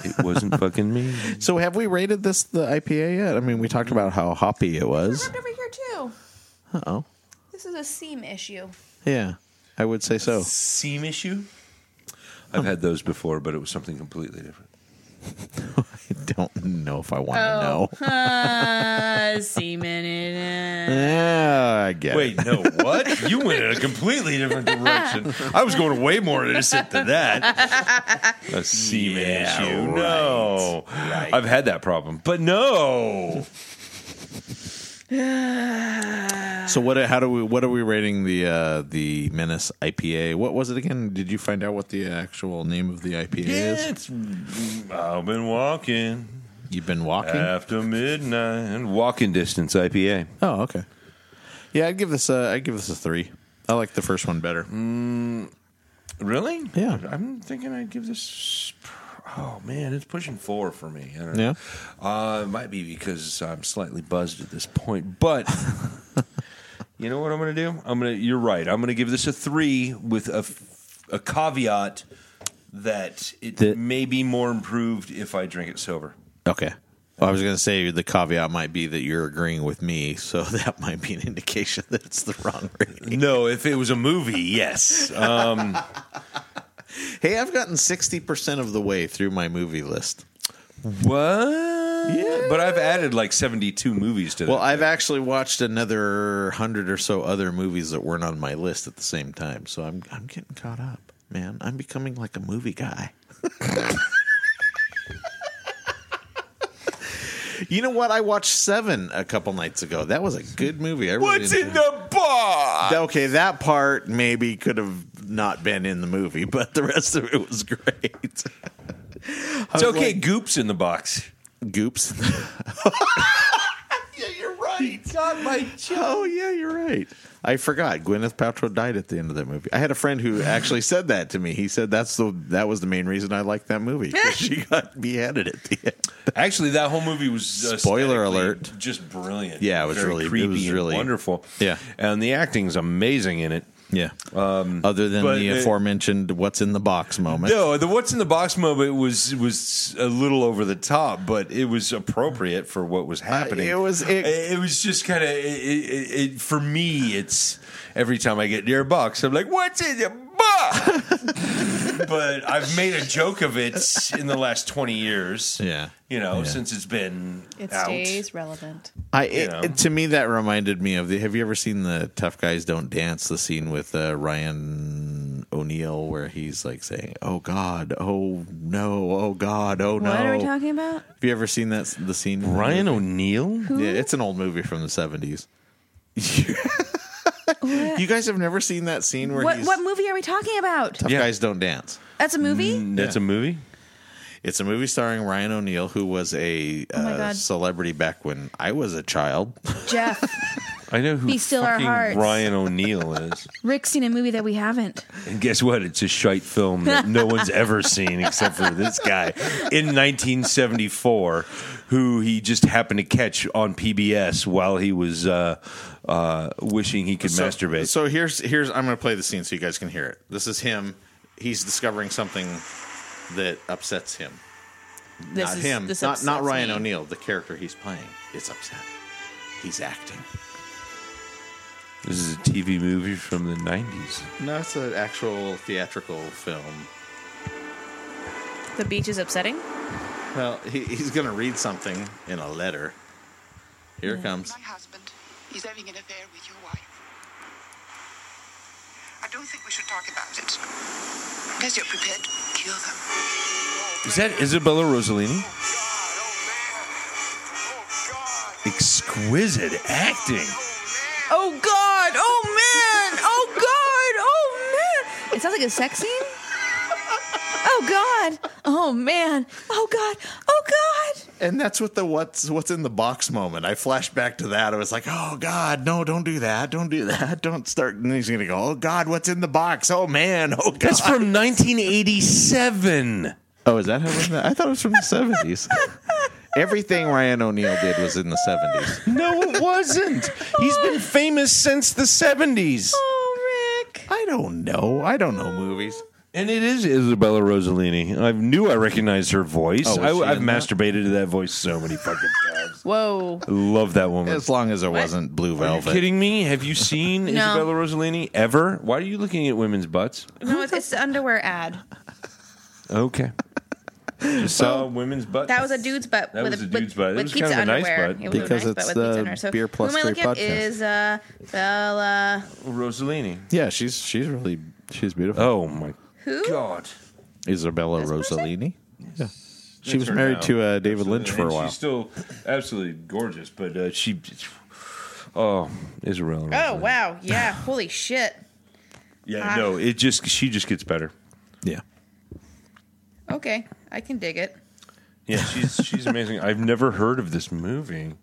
It wasn't fucking me. So have we rated this the IPA yet? I mean, we talked about how hoppy it was. Ripped over here too. Uh oh. This is a seam issue. Yeah, I would say so. Seam issue? I've had those before, but it was something completely different. I don't know if I want to Oh. know. Uh, semen in it. Yeah, I get Wait, it. no, what? You went in a completely different direction. I was going way more innocent than that. A semen Yeah, issue. No. I've had that problem, but no. So what? How do we? What are we rating the uh, the Menace IPA? What was it again? Did you find out what the actual name of the IPA is? It's, I've been walking You've been walking. after midnight. Walking distance IPA. oh, okay. Yeah, I'd give this. A, I'd give this a three. I like the first one better. Really? Yeah. I'm thinking I'd give this. Oh man, it's pushing four for me. I don't Yeah. know. Uh, it might be because I'm slightly buzzed at this point, but you know what I'm going to do? I'm going to. You're right. I'm going to give this a three with a, f- a caveat that it The- may be more improved if I drink it sober. Okay. Well, I was going to say the caveat might be that you're agreeing with me, so that might be an indication that it's the wrong rating. No, if it was a movie, yes. Uh, Hey, I've gotten 60% of the way through my movie list. what? But I've added like 72 movies to that. Well, I've actually watched another 100 or so other movies that weren't on my list at the same time, so I'm I'm getting caught up, man. I'm becoming like a movie guy. You know what? I watched Seven a couple nights ago. That was a good movie. I really What's enjoyed- in the box? okay, that part maybe could have not been in the movie, but the rest of it was great. It's was okay. like- Goop's in the box. Goops. yeah, you're right. Got my Oh, yeah, you're right. I forgot. Gwyneth Paltrow died at the end of that movie. I had a friend who actually said that to me. He said that's the that was the main reason I liked that movie. 'cause She got beheaded at the end. Actually, that whole movie was uh, Spoiler aesthetically alert. Just brilliant. Yeah, it was Very really- it creepy. was and really- wonderful. Yeah. and the acting's amazing in it. Yeah. Um, Other than but the it- aforementioned "What's in the Box" moment. No, the what's in the box moment was was a little over the top, but it was appropriate for what was happening. it was- It, it- it was just kind of. It, it, it, for me, it's every time I get near a box, I'm like, "What's in the box?" but I've made a joke of it in the last twenty years. Yeah. you know, Yeah. since it's been It out. stays relevant. I know? it, to me that reminded me of the. Have you ever seen the Tough Guys Don't Dance? The scene with uh, Ryan O'Neal where he's like saying, "Oh God, oh no, oh God, oh no." What are we talking about? Have you ever seen that the scene? in the Ryan O'Neal. movie? Yeah, it's an old movie from the seventies. you guys have never seen that scene where What he's, what movie are we talking about? Tough Yeah. Guys Don't Dance? That's a Mm. movie. That's a movie. It's a movie starring Ryan O'Neal, who was a Oh my uh, God. celebrity back when I was a child. Jeff, I know who Be still our fucking hearts. Ryan O'Neal is. Rick's seen a movie that we haven't. and guess what? It's a shite film that no one's ever seen except for this guy in 1974, who he just happened to catch on PBS while he was uh, uh, wishing he could masturbate. So here's here's I'm going to play the scene so you guys can hear it. This is him. He's discovering something that upsets him. This not is- him. this Not not upsets Ryan me. O'Neill. The character he's playing is upset. He's acting. This is a TV movie from the 90s. No, it's an actual theatrical film. The beach is upsetting. Well, he, he's going to read something in a letter. Here it comes. My husband is having an affair with your wife. I don't think we should talk about it. Unless you're prepared to kill them. Is that Isabella Rossellini? Exquisite acting. Oh God! Oh man! Oh God! Oh man! It sounds like a sex scene. Oh God! Oh man! Oh God! Oh God! And that's what the what's what's in the box moment. I flashed back to that. I was like, "Oh God, no! Don't do that! Don't do that! Don't start." And he's gonna go, "Oh God, what's in the box? Oh man! Oh God!" That's from 1987. oh, is that how? it was? I thought it was from the seventies. Everything Ryan O'Neal did was in the seventies. No, it wasn't. He's been famous since the 70s. Oh Rick! I don't know. I don't know movies. And it is Isabella Rossellini. I knew I recognized her voice. Oh, was I, she I've in that? masturbated to that voice so many fucking times. Whoa! I love that woman. As long as it wasn't Blue Are you Velvet. kidding me? Have you seen Isabella Rossellini ever? Why are you looking at women's butts? No, it's, it's the underwear ad. Okay. Just saw women's butts. That was a dude's butt That with was a, a dude's with, butt. It with was pizza kind of a nice underwear. butt. It was Because a nice it's butt with the pizza underwear. So Beer Plus who am I Three looking at podcast. is uh, Bella. Rossellini. Yeah, she's she's really she's beautiful. Oh my Who? god. Isabella person? Rossellini. Yeah, she That's was her married now. to uh, David Lynch for a And while. She's still absolutely gorgeous, but uh, she. Oh, Isabella. Oh Rossellini. wow! Yeah! Holy shit! Yeah, Ah. no, it just she just gets better. yeah, Okay, I can dig it. Yeah, she's she's amazing. I've never heard of this movie.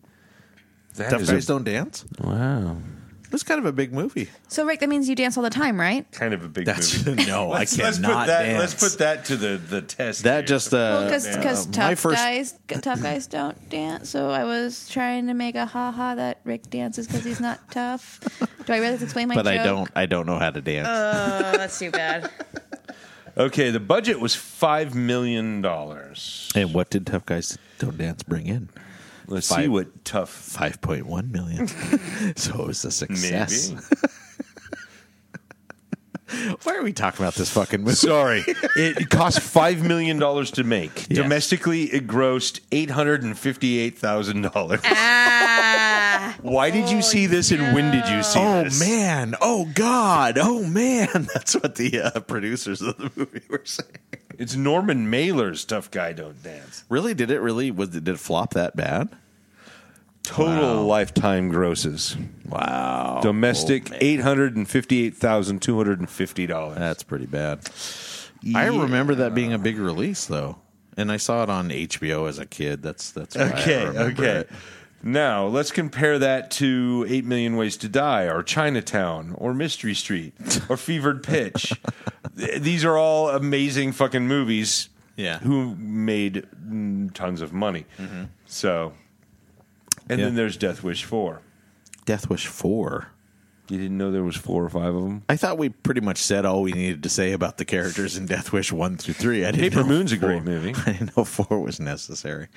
That Tough is Guys a, Don't Dance. Wow. It was kind of a big movie. So Rick, that means you dance all the time, right? kind of a big That's movie. no, I cannot put that, dance. Let's put that to the the test. that just uh, because man. uh, my tough first- guys g- tough guys don't dance. So I was trying to make a ha ha that Rick dances because he's not tough. Do I really explain my? but joke? I don't. I don't know how to dance. Oh, that's too bad. okay. The budget was five million dollars. and what did Tough Guys Don't Dance bring in? Let's see Five- what tough Five point one million. so it was a maybe. success. Why are we talking about this fucking movie? Sorry, it cost five million dollars to make. Yes. Domestically, it grossed eight hundred and fifty-eight thousand dollars. ah, Why did you see this, and when did you see Oh this? man! Oh god! Oh man! That's what the uh, producers of the movie were saying. It's Norman Mailer's Tough Guy Don't Dance. Really? Did it really? Was did it flop that bad? Total lifetime grosses. Wow! Domestic Oh, man. eight hundred and fifty-eight thousand two hundred and fifty dollars. That's pretty bad. I Yeah. remember that being a big release though, and I saw it on HBO as a kid. That's that's why I Okay, remember okay. it. Now let's compare that to Eight Million Ways to Die, or Chinatown, or Mystery Street, or Fevered Pitch. Th- These are all amazing fucking movies. Yeah. who made mm, tons of money. So, and Yeah. then there's Death Wish Four. Death Wish Four. You didn't know there was four or five of them. I thought we pretty much said all we needed to say about the characters in Death Wish One through Three. I didn't Paper know Moon's a four- great movie. I didn't know four was necessary.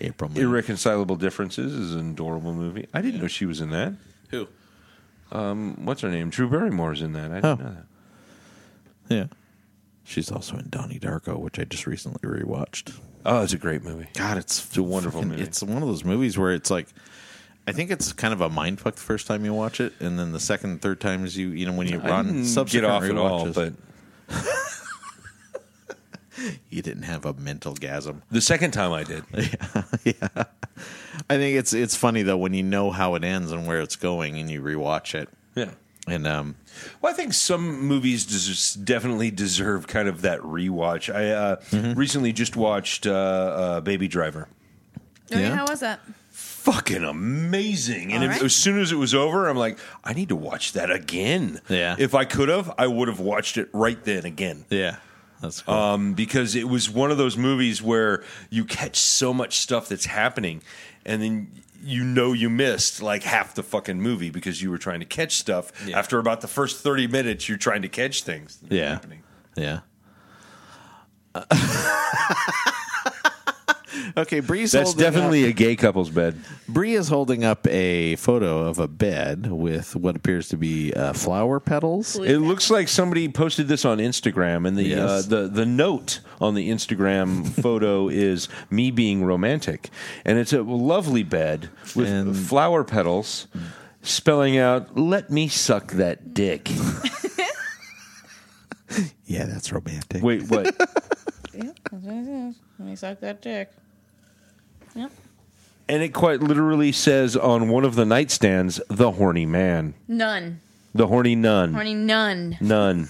April Moon. Irreconcilable Differences is an adorable movie. I didn't know she was in that. Who? What's her name? Drew Barrymore's in that. I didn't Oh. know that. Yeah. She's also in Donnie Darko, which I just recently rewatched. Oh, it's a great movie. God, it's, a wonderful movie. It's one of those movies where it's like, I think it's kind of a mind fuck the first time you watch it, and then the second, and third times you, you know, when you I run didn't subsequent get off at all, rewatches, but you didn't have a mental gasm. the second time I did. I think it's it's funny though when you know how it ends and where it's going, and you rewatch it, Yeah. and um, Well, I think some movies des- definitely deserve kind of that rewatch. I uh, recently just watched uh, uh, Baby Driver. I mean, Yeah. how was that? Fucking amazing! And All if- right. as soon as it was over, I'm like, I need to watch that again. Yeah. If I could have, I would have watched it right then again. yeah, that's cool. um, because it was one of those movies where you catch so much stuff that's happening, and then you know you missed like half the fucking movie because you were trying to catch stuff. Yeah. After about the first thirty minutes, you're trying to catch things. that are Yeah. happening. Yeah. Okay, Bree's That's holding definitely up, a gay couple's bed. Bree is holding up a photo of a bed with what appears to be uh, flower petals. It looks like somebody posted this on Instagram, and the uh, Yes. the the note on the Instagram photo is me being romantic, and it's a lovely bed with And- flower petals, spelling out "Let me suck that dick." Yeah, that's romantic. Wait, what? Let me suck that dick. Yep. and it quite literally says on one of the nightstands, "The horny man, None. the horny nun, Horny none. nun."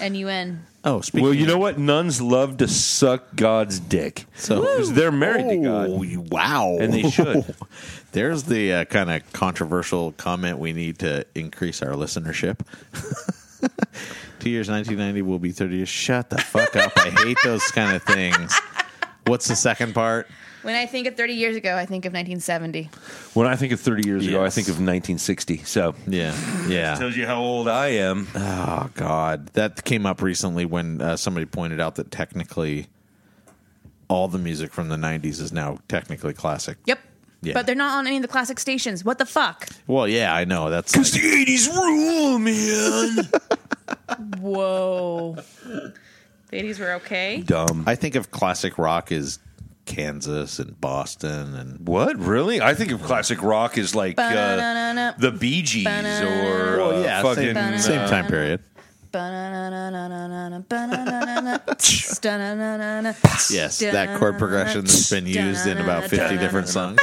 N U N. Oh, speaking. Well, you know what? Nuns love to suck God's dick. So- Because they're married to Oh, God. you- wow. And they should. There's the uh, kind of controversial comment we need to increase our listenership. Two years, 1990 will be 30 years. Shut the fuck up. I hate those kind of things. What's the second part? When I think of 30 years ago, I think of 1970. When I think of 30 years ago, I Yes. think of 1960. So Yeah. Yeah. tells you how old I am. Oh, God. That came up recently when uh, somebody pointed out that technically all the music from the 90s is now technically classic. Yep. Yeah. But they're not on any of the classic stations. What the fuck? Well, yeah, I know. That's It's the 80s rule, man. Whoa. The 80s were okay. Dumb. I think of classic rock as Kansas and Boston and What? Really? I think of classic rock as like uh, Ba-na-na-na. the Bee Gees or uh, fucking. same, uh, same time period. Yes, that chord progression that's been used in about fifty different songs.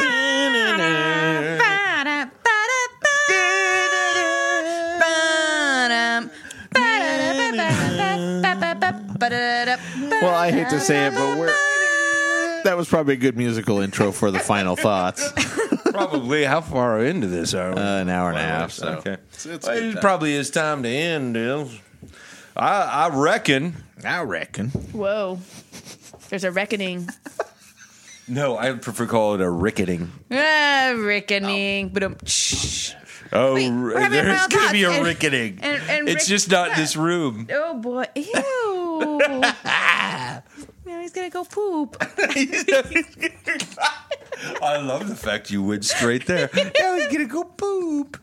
Well, I hate to say it, but we're that was probably a good musical intro for the final thoughts. Probably. How far into this are we? Uh, an hour and a half. So. Okay. So it's Well, good it time. probably is time to end, Dale. I, I reckon. I reckon. Whoa. There's a reckoning. No, I prefer call it a ricketing. Ah, reckoning. Ba-dum-tsh. Oh, Wait, we're having a there's wild going to thought. be a And- ricketing. and- and it's rick- just not yeah. this room. Oh boy. Ew. now he's gonna go poop. I love the fact you went straight there. Now he's going to go poop.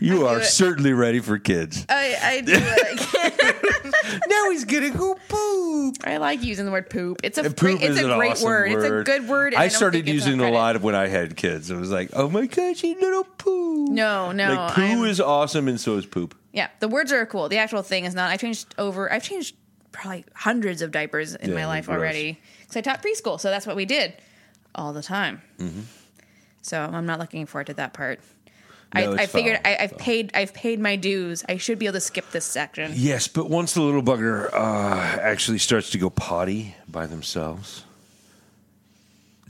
You are it. certainly ready for kids. I, I do like Now he's going to go poop. I like using the word poop. It's a And great- poop it's is a an great awesome word. It's a good word. and I, I don't started think it's on using it a credit. lot of when I had kids. It was like, oh my gosh, you little poo. No, no. Like poo I'm- is awesome, and so is poop. Yeah, the words are cool. The actual thing is not. I changed over. I've changed probably hundreds of diapers in Yeah, my you're life gross. already because I taught preschool, so that's what we did all the time. Mm-hmm. So I'm not looking forward to that part. No, it's I, I figured foul. I, I've paid. I've paid my dues. I should be able to skip this section. Yes, but once the little bugger uh, actually starts to go potty by themselves,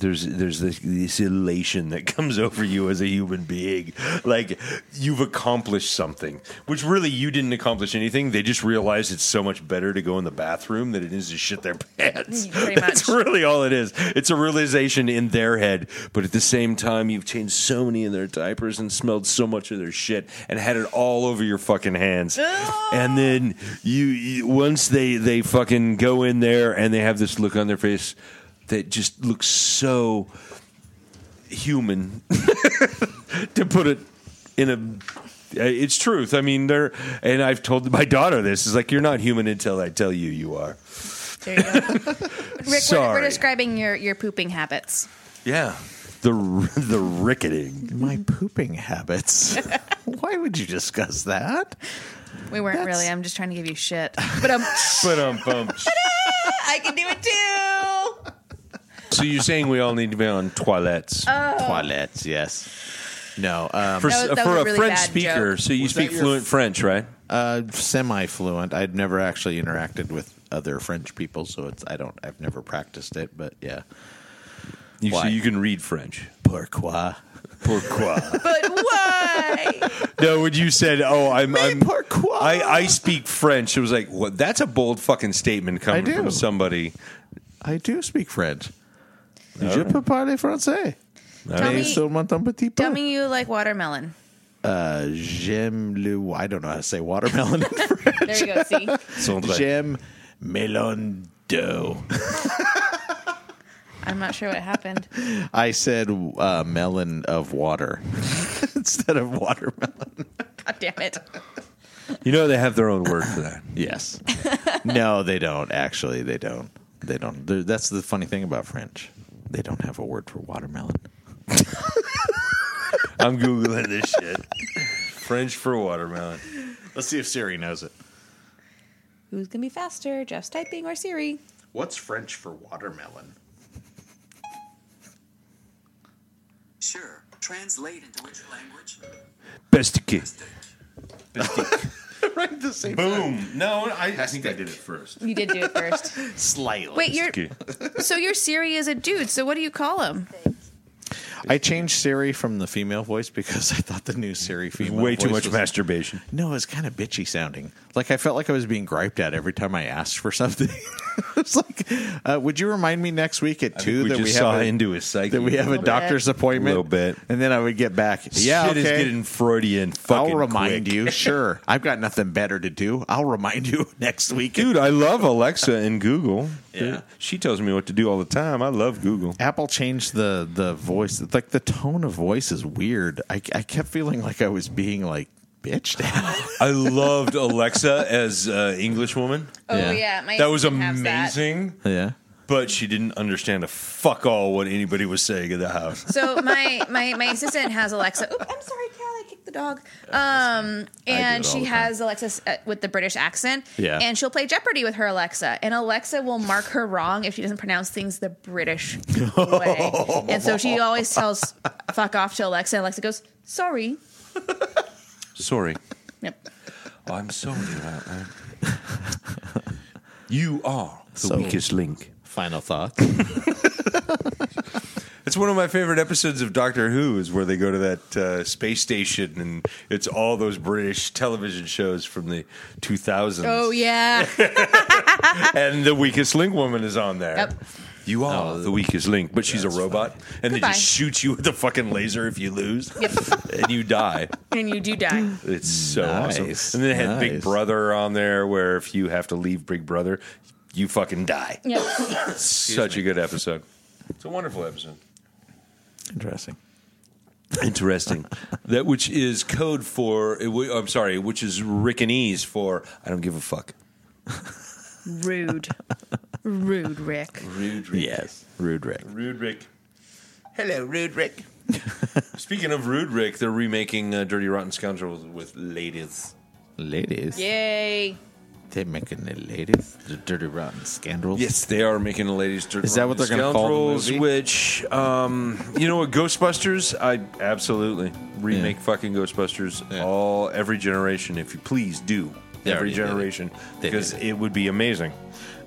there's there's this, this elation that comes over you as a human being, like you've accomplished something, which really you didn't accomplish anything. They just realize it's so much better to go in the bathroom than it is to shit their pants. Mm, Pretty That's much. really all it is. It's a realization in their head, but at the same time, you've changed so many of their diapers and smelled so much of their shit and had it all over your fucking hands. and then you, you once they they fucking go in there and they have this look on their face that just looks so human to put it in a uh, it's truth i mean they're and i've told my daughter this is like you're not human until i tell you you are There you go. Rick, we're- We're, Sorry. describing your your pooping habits. Yeah. The the ricketing. My pooping habits. Why would you discuss that? We weren't That's- really. I'm just trying to give you shit. But um, But um, um, I can do it too. so you're saying we all need to be on toilets Toilets, yes. No, um, for, Um, That was- that for was a a, really French bad speaker? joke. So you Was speak that your- fluent French, right? uh, semi-fluent. I'd never actually interacted with other French people, so it's I don't. I've never practiced it, but yeah. You, so Why? you can read French. Pourquoi? Pourquoi? But why? no, when you said, "Oh, I'm, I'm pourquoi? I, I speak French," it was like, "What? That's a bold fucking statement coming I do. from somebody." I do speak French. Oh. Je peux parler français. Tell Mais me- seulement un petit peu. Tell me you like watermelon. Uh, j'aime le. I don't know how to say watermelon in French. There you go. See. Sondre. j'aime melon d'eau. I'm not sure what happened. I said uh, melon of water instead of watermelon. God damn it. You know they have their own word for that. Yes. no, they don't. Actually, they don't. They don't. They're- that's the funny thing about French. They don't have a word for watermelon. I'm googling this shit. French for watermelon. Let's see if Siri knows it. Who's gonna be faster, Jeff's typing or Siri? What's French for watermelon? Sure. Translate into which language? Bestique. right the same. Boom. No, I, I think I did it first. You did do it first. Slightly. Wait, you're Okay. so your Siri is a dude. So what do you call him? I changed Siri from the female voice because I thought the new Siri female Way too voice much was- masturbation. No, it was kind of bitchy sounding. Like I felt like I was being griped at every time I asked for something. it's like, uh, would you remind me next week at two we that just we saw have a, into his psyche. that we have a Little bit. doctor's appointment? Little bit. and then I would get back. Yeah, shit okay. is getting Freudian. Fucking I'll remind quick. you. Sure, I've got nothing better to do. I'll remind you next week. dude. I love Alexa and Google. Yeah. she tells me what to do all the time. I love Google. Apple changed the the voice. It's Like the tone of voice is weird. I, I kept feeling like I was being like bitched at. I loved Alexa as uh, English woman. Oh Yeah. yeah, my That was husband has that. amazing. yeah. But she didn't understand a fuck all what anybody was saying in the house. So my my my assistant has Alexa. Oop, I'm sorry, Cal. I kicked the dog. Um, and all she the time. has Alexa s- uh, with the British accent. Yeah. And she'll play Jeopardy with her Alexa, and Alexa will mark her wrong if she doesn't pronounce things the British way. and so she always tells "fuck off" to Alexa. And Alexa goes, "Sorry." Sorry, Yep. I'm sorry about that. You are the So- weakest link. Final thoughts. It's one of my favorite episodes of Doctor Who is where they go to that uh, space station and it's all those British television shows from the 2000s. Oh yeah. and the weakest link woman is on there. Yep. You are the weakest link, but she's a robot, and they Goodbye. just shoot you with a fucking laser if you lose, Yep. and you die. and you do die. It's so Nice, awesome. And then they had Big nice. Brother on there, where if you have to leave Big Brother, you fucking die. Yep. Such a good episode. It's a wonderful episode. Interesting. Interesting. that which is code for I'm sorry, which is Rickanese for I don't give a fuck. Rude. Rude, Rick. Rude Yes. Rude Rick. Rude Rick. Hello, Rude Rick. Speaking of Rude Rick, they're remaking uh, Dirty Rotten Scoundrels with ladies. Ladies. Yay. They're making the ladies. The dirty rotten scoundrels. Yes, they are making the ladies Dirty Is that Rotten what they're gonna call the Scoundrels, movie? Which, um, you know what, Ghostbusters? I absolutely remake Yeah. fucking Ghostbusters Yeah. all every generation, if you please do. They every already did it. generation, They because did it would be amazing.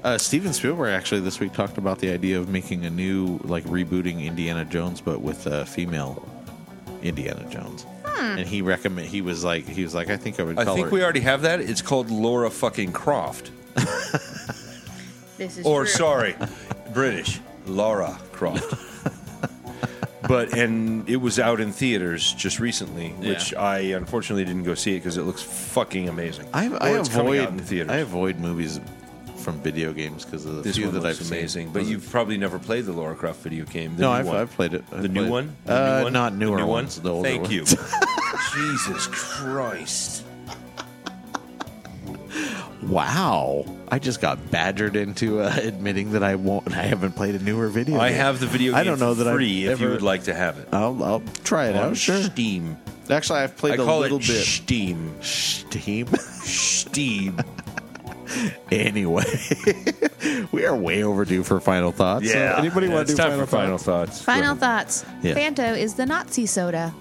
Uh, Steven Spielberg actually this week talked about the idea of making a new, like rebooting Indiana Jones, but with a female Indiana Jones. And he recommend he was like he was like I think I would. I call think her- we already have that. It's called Laura fucking Croft. This is or rude. sorry, British Laura Croft. but and it was out in theaters just recently, which I unfortunately didn't go see it because it looks fucking amazing. I, Or I it's coming out in avoid theaters. I avoid movies from video games because of the this few one that looks I've amazing, seen. but you've probably never played the Laura Croft video game. The no, new I've, one. I've played it. I've the new played it. one. The Uh, new one? not The newer new one? ones. The older Thank ones. you. Jesus Christ. Wow, I just got badgered into uh, admitting that I won't. I haven't played a newer video. I game. have the video. Game I don't know for that I've free if you ever- would like to have it. I'll, I'll try it on out. Sure. Steam. Actually, I've played I a call little it bit. Steam. Steam. Steam. anyway, we are way overdue for final thoughts. So Yeah. anybody Yeah, want it's to do time final, for final thoughts? thoughts? Final thoughts. Yeah. Fanto is the Nazi soda.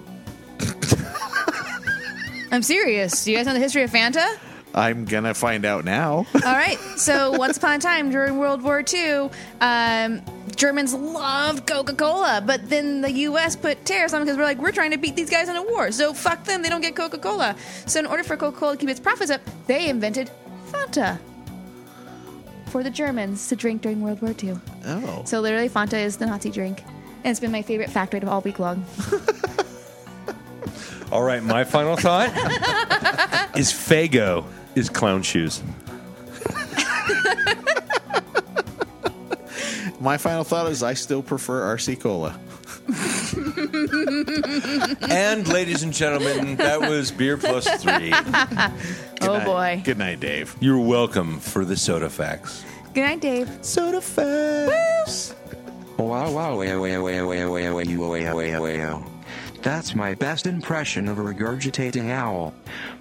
I'm serious. Do you guys know the history of Fanta? I'm gonna find out now. All right. So once upon a time during World War II, um, Germans loved Coca-Cola, but then the U.S. put tariffs on because we're like, we're trying to beat these guys in a war, so fuck them. They don't get Coca-Cola. So in order for Coca-Cola to keep its profits up, they invented Fanta for the Germans to drink during World War II. oh, So literally, Fanta is the Nazi drink, and it's been my favorite factoid of all week long. All right, my final thought is Fago is clown shoes. my final thought is I still prefer RC Cola. and ladies and gentlemen, that was beer plus three. oh Night. boy. Good night, Dave. You're welcome for the soda facts. Good night, Dave. Soda facts. Wow, wow, wow, wow, wow, wow, wow, wow, wow, wow, wow. That's my best impression of a regurgitating owl.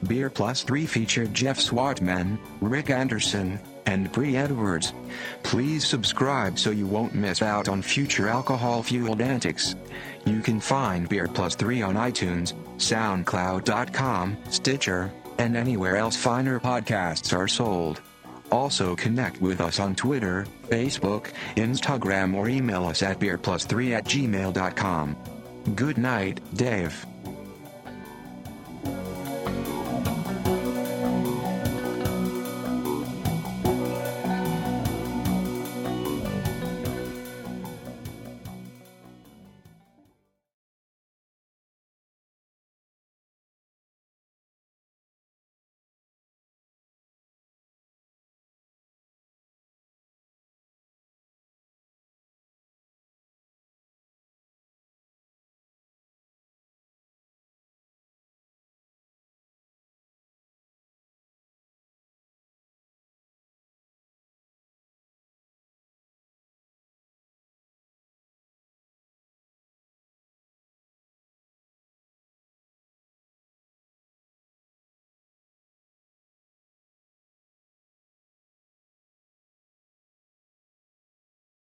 Beer Plus 3 featured Jeff Swatman, Rick Anderson, and Bree Edwards. Please subscribe so you won't miss out on future alcohol fueled antics. You can find Beer Plus 3 on iTunes, SoundCloud.com, Stitcher, and anywhere else finer podcasts are sold. Also connect with us on Twitter, Facebook, Instagram, or email us at beerplus3 at gmail.com. Good night, Dave.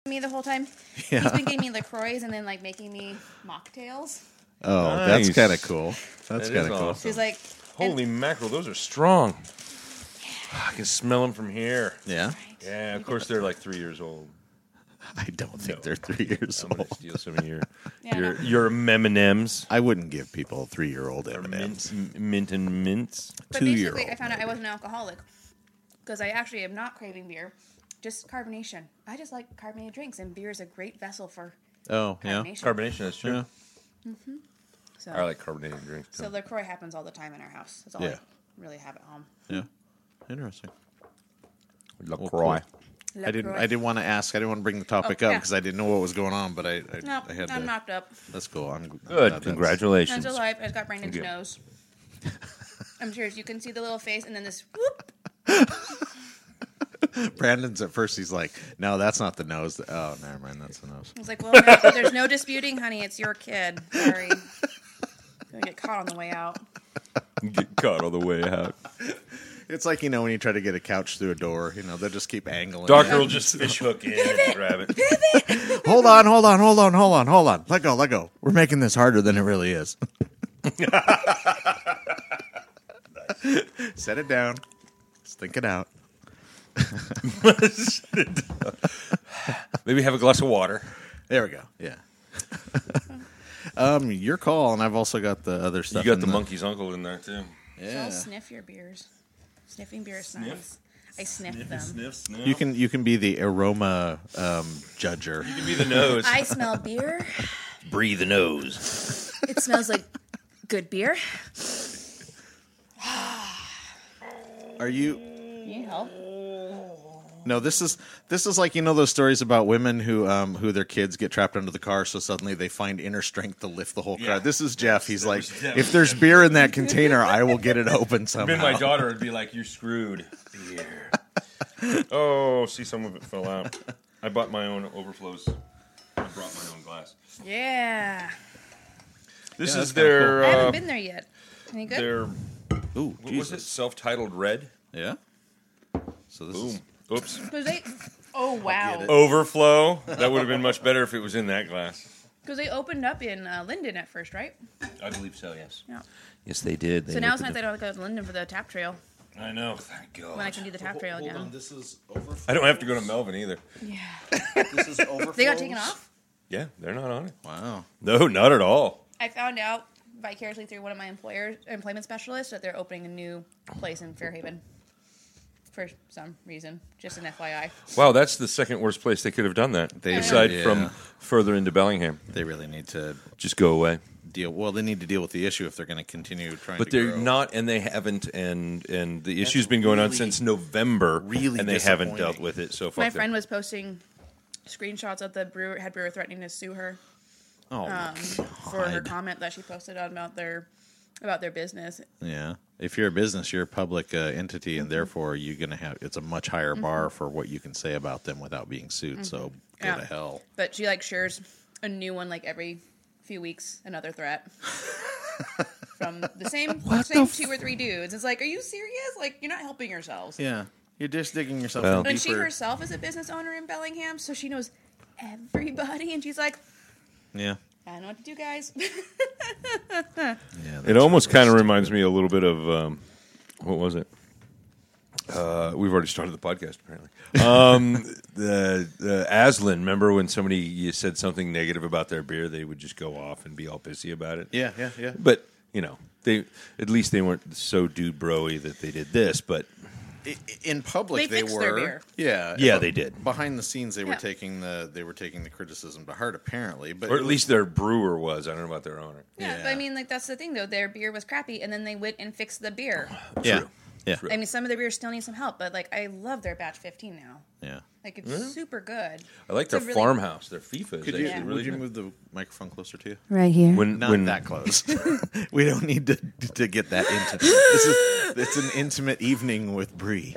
Me the whole time. Yeah. He's been giving me Lacroix and then like making me mocktails. Oh, Nice. that's kind of cool. That's That is kind of cool. awesome. So he's like, and- Holy mackerel, those are strong. Ah, I can smell them from here. Yeah. Yeah, of course they're like three years old. I don't think they're three years I'm gonna old. steal some of your Yeah, I your know. your M&Ms. I wouldn't give people three year old Or M&Ms. mint, m- mint and mints. but two-year-old, basically, I found out I wasn't an alcoholic because I actually am not craving beer, just carbonation. I just like carbonated drinks, and beer is a great vessel for Oh, yeah. carbonation. Carbonation, that's true. Yeah. so, I like carbonated drinks. Mm-hmm. so Too. Lacroix happens all the time in our house. That's all Yeah. I really have at home. Yeah. Interesting. LaCroix. LaCroix. I didn't. I didn't want to ask. I didn't want to bring the topic Oh, up yeah. because I didn't know what was going on. But I, I, No, I had I'm to. mopped up. That's cool. I'm glad Good, that's- congratulations. Sounds alive. I just got Brandon's Thank you. nose. I'm serious. You can see the little face, and then this whoop. Brandon's at first. He's like, "No, that's not the nose. Oh, never mind. That's the nose." I was like, well, no, there's no disputing, honey. It's your kid. Sorry. Gonna get caught on the way out. Get caught all the way out. It's like you know when you try to get a couch through a door. You know they'll just keep angling. Doctor will just fish hook in and grab it. hold on, hold on, hold on, hold on, hold on. Let go, let go. We're making this harder than it really is. Set it down. Let's think it out. Maybe have a glass of water. There we go. Yeah. um, your call, and I've also got the other stuff. You got in the monkey's uncle in there too. So Yeah. I'll sniff your beers. Sniffing beer is Sniff. nice. I sniff them. sniff. You can you can be the aroma um, judger. be the nose. I smell beer. Breathe the nose. It smells like good beer. Are you? You need help? No, this is this is like you know those stories about women who um who their kids get trapped under the car, so suddenly they find inner strength to lift the whole car. Yeah. This is Jeff. He's like, was Jeff. if there's beer in that container, I will get it open Been my somehow. daughter would be like, "You're screwed." Beer. oh, see, some of it fell out. I bought my own overflows. I brought my own glass. Yeah. This Yeah, is that's kinda their I uh, haven't been there yet. Any good? their Ooh, what was it? Self-titled red. Yeah. So this Boom. is Oops. Because they, oh wow, Overflow. That would have been much better if it was in that glass. because they opened up in uh, Linden at first, right? I believe so. Yes. Yeah. Yes, they did. So now it's not that I don't go to Linden for the tap trail I know. Thank God. when I can do the tap trail again. This is over. I don't have to go to Melvin either. Yeah. This is over. They got taken off. Yeah, they're not on it. Wow. No, not at all. I found out vicariously through one of my employers, employment specialists, that they're opening a new place in Fairhaven for some reason. Just an FYI. Wow, that's the second worst place they could have done that. They- aside Yeah. from further into Bellingham, They really need to just go away. deal. Well, they need to deal with the issue if they're going to continue trying. But to they're grow. not, and they haven't, and and the issue's been going on really- since November, really and they haven't dealt disappointing. with it. So fuck my them. friend was posting screenshots of the brewer head brewer threatening to sue her Oh, um, for her God. comment that she posted on about their about their business. Yeah. If you're a business, you're a public uh, entity, Mm-hmm. and therefore you're going to have it's a much higher bar for what you can say about them without being sued. So go Mm-hmm. Yeah. to hell. But she like shares a new one like every few weeks, another threat from the same same two or three dudes. It's like, are you serious? Like you're not helping yourselves. Yeah, you're just digging yourself Well- in deeper. And she herself is a business owner in Bellingham, so she knows everybody, and she's like, Yeah. I don't know what to do, guys. Yeah. It almost kind of reminds me a little bit of um, what was it? Uh, we've already started the podcast, apparently. Um, the, the Aslan, remember when somebody you said something negative about their beer, they would just go off and be all pissy about it. yeah, yeah, yeah. but you know, they at least they weren't so dude broy that they did this. But I- in public They they, fixed were their beer. yeah Yeah, but they did. behind the scenes they were Yeah. taking the they were taking the criticism to heart apparently but or at least their brewer was. I don't know about their owner. yeah, but Yeah. I mean, like that's the thing though. Their beer was crappy, and then they went and fixed the beer. Oh, yeah True. yeah I mean, some of their beers still need some help, but like I love their batch 15 now. yeah Like it's super good. I like It's a their really- farmhouse. Their FIFA is could actually you Yeah. really would you nice. move the microphone closer to you Right here. when not when that close we don't need to to get that intimate this is it's an intimate evening with Bree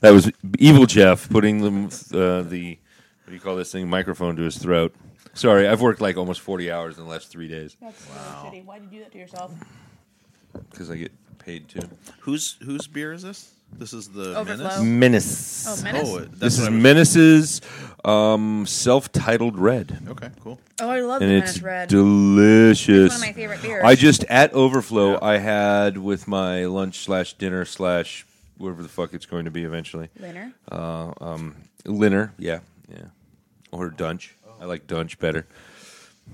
That was evil Jeff putting the uh, the what do you call this thing microphone to his throat. Sorry, I've worked like almost forty hours in the last three days That's really shitty. Why did you do that to yourself? because I get paid too. whose whose beer is this this is the Overflow. Menace. menace Oh, menace. oh Oh, that's this what is I was- Menace's um, self-titled red, okay cool Oh, I love the and Menace it's Red. delicious. It's one of my favorite beers. I just at Overflow, I had with my lunch slash dinner slash whatever the fuck it's going to be eventually. Uh, um, Linner, Liner. yeah, yeah, or Dunch. Oh. I like Dunch better.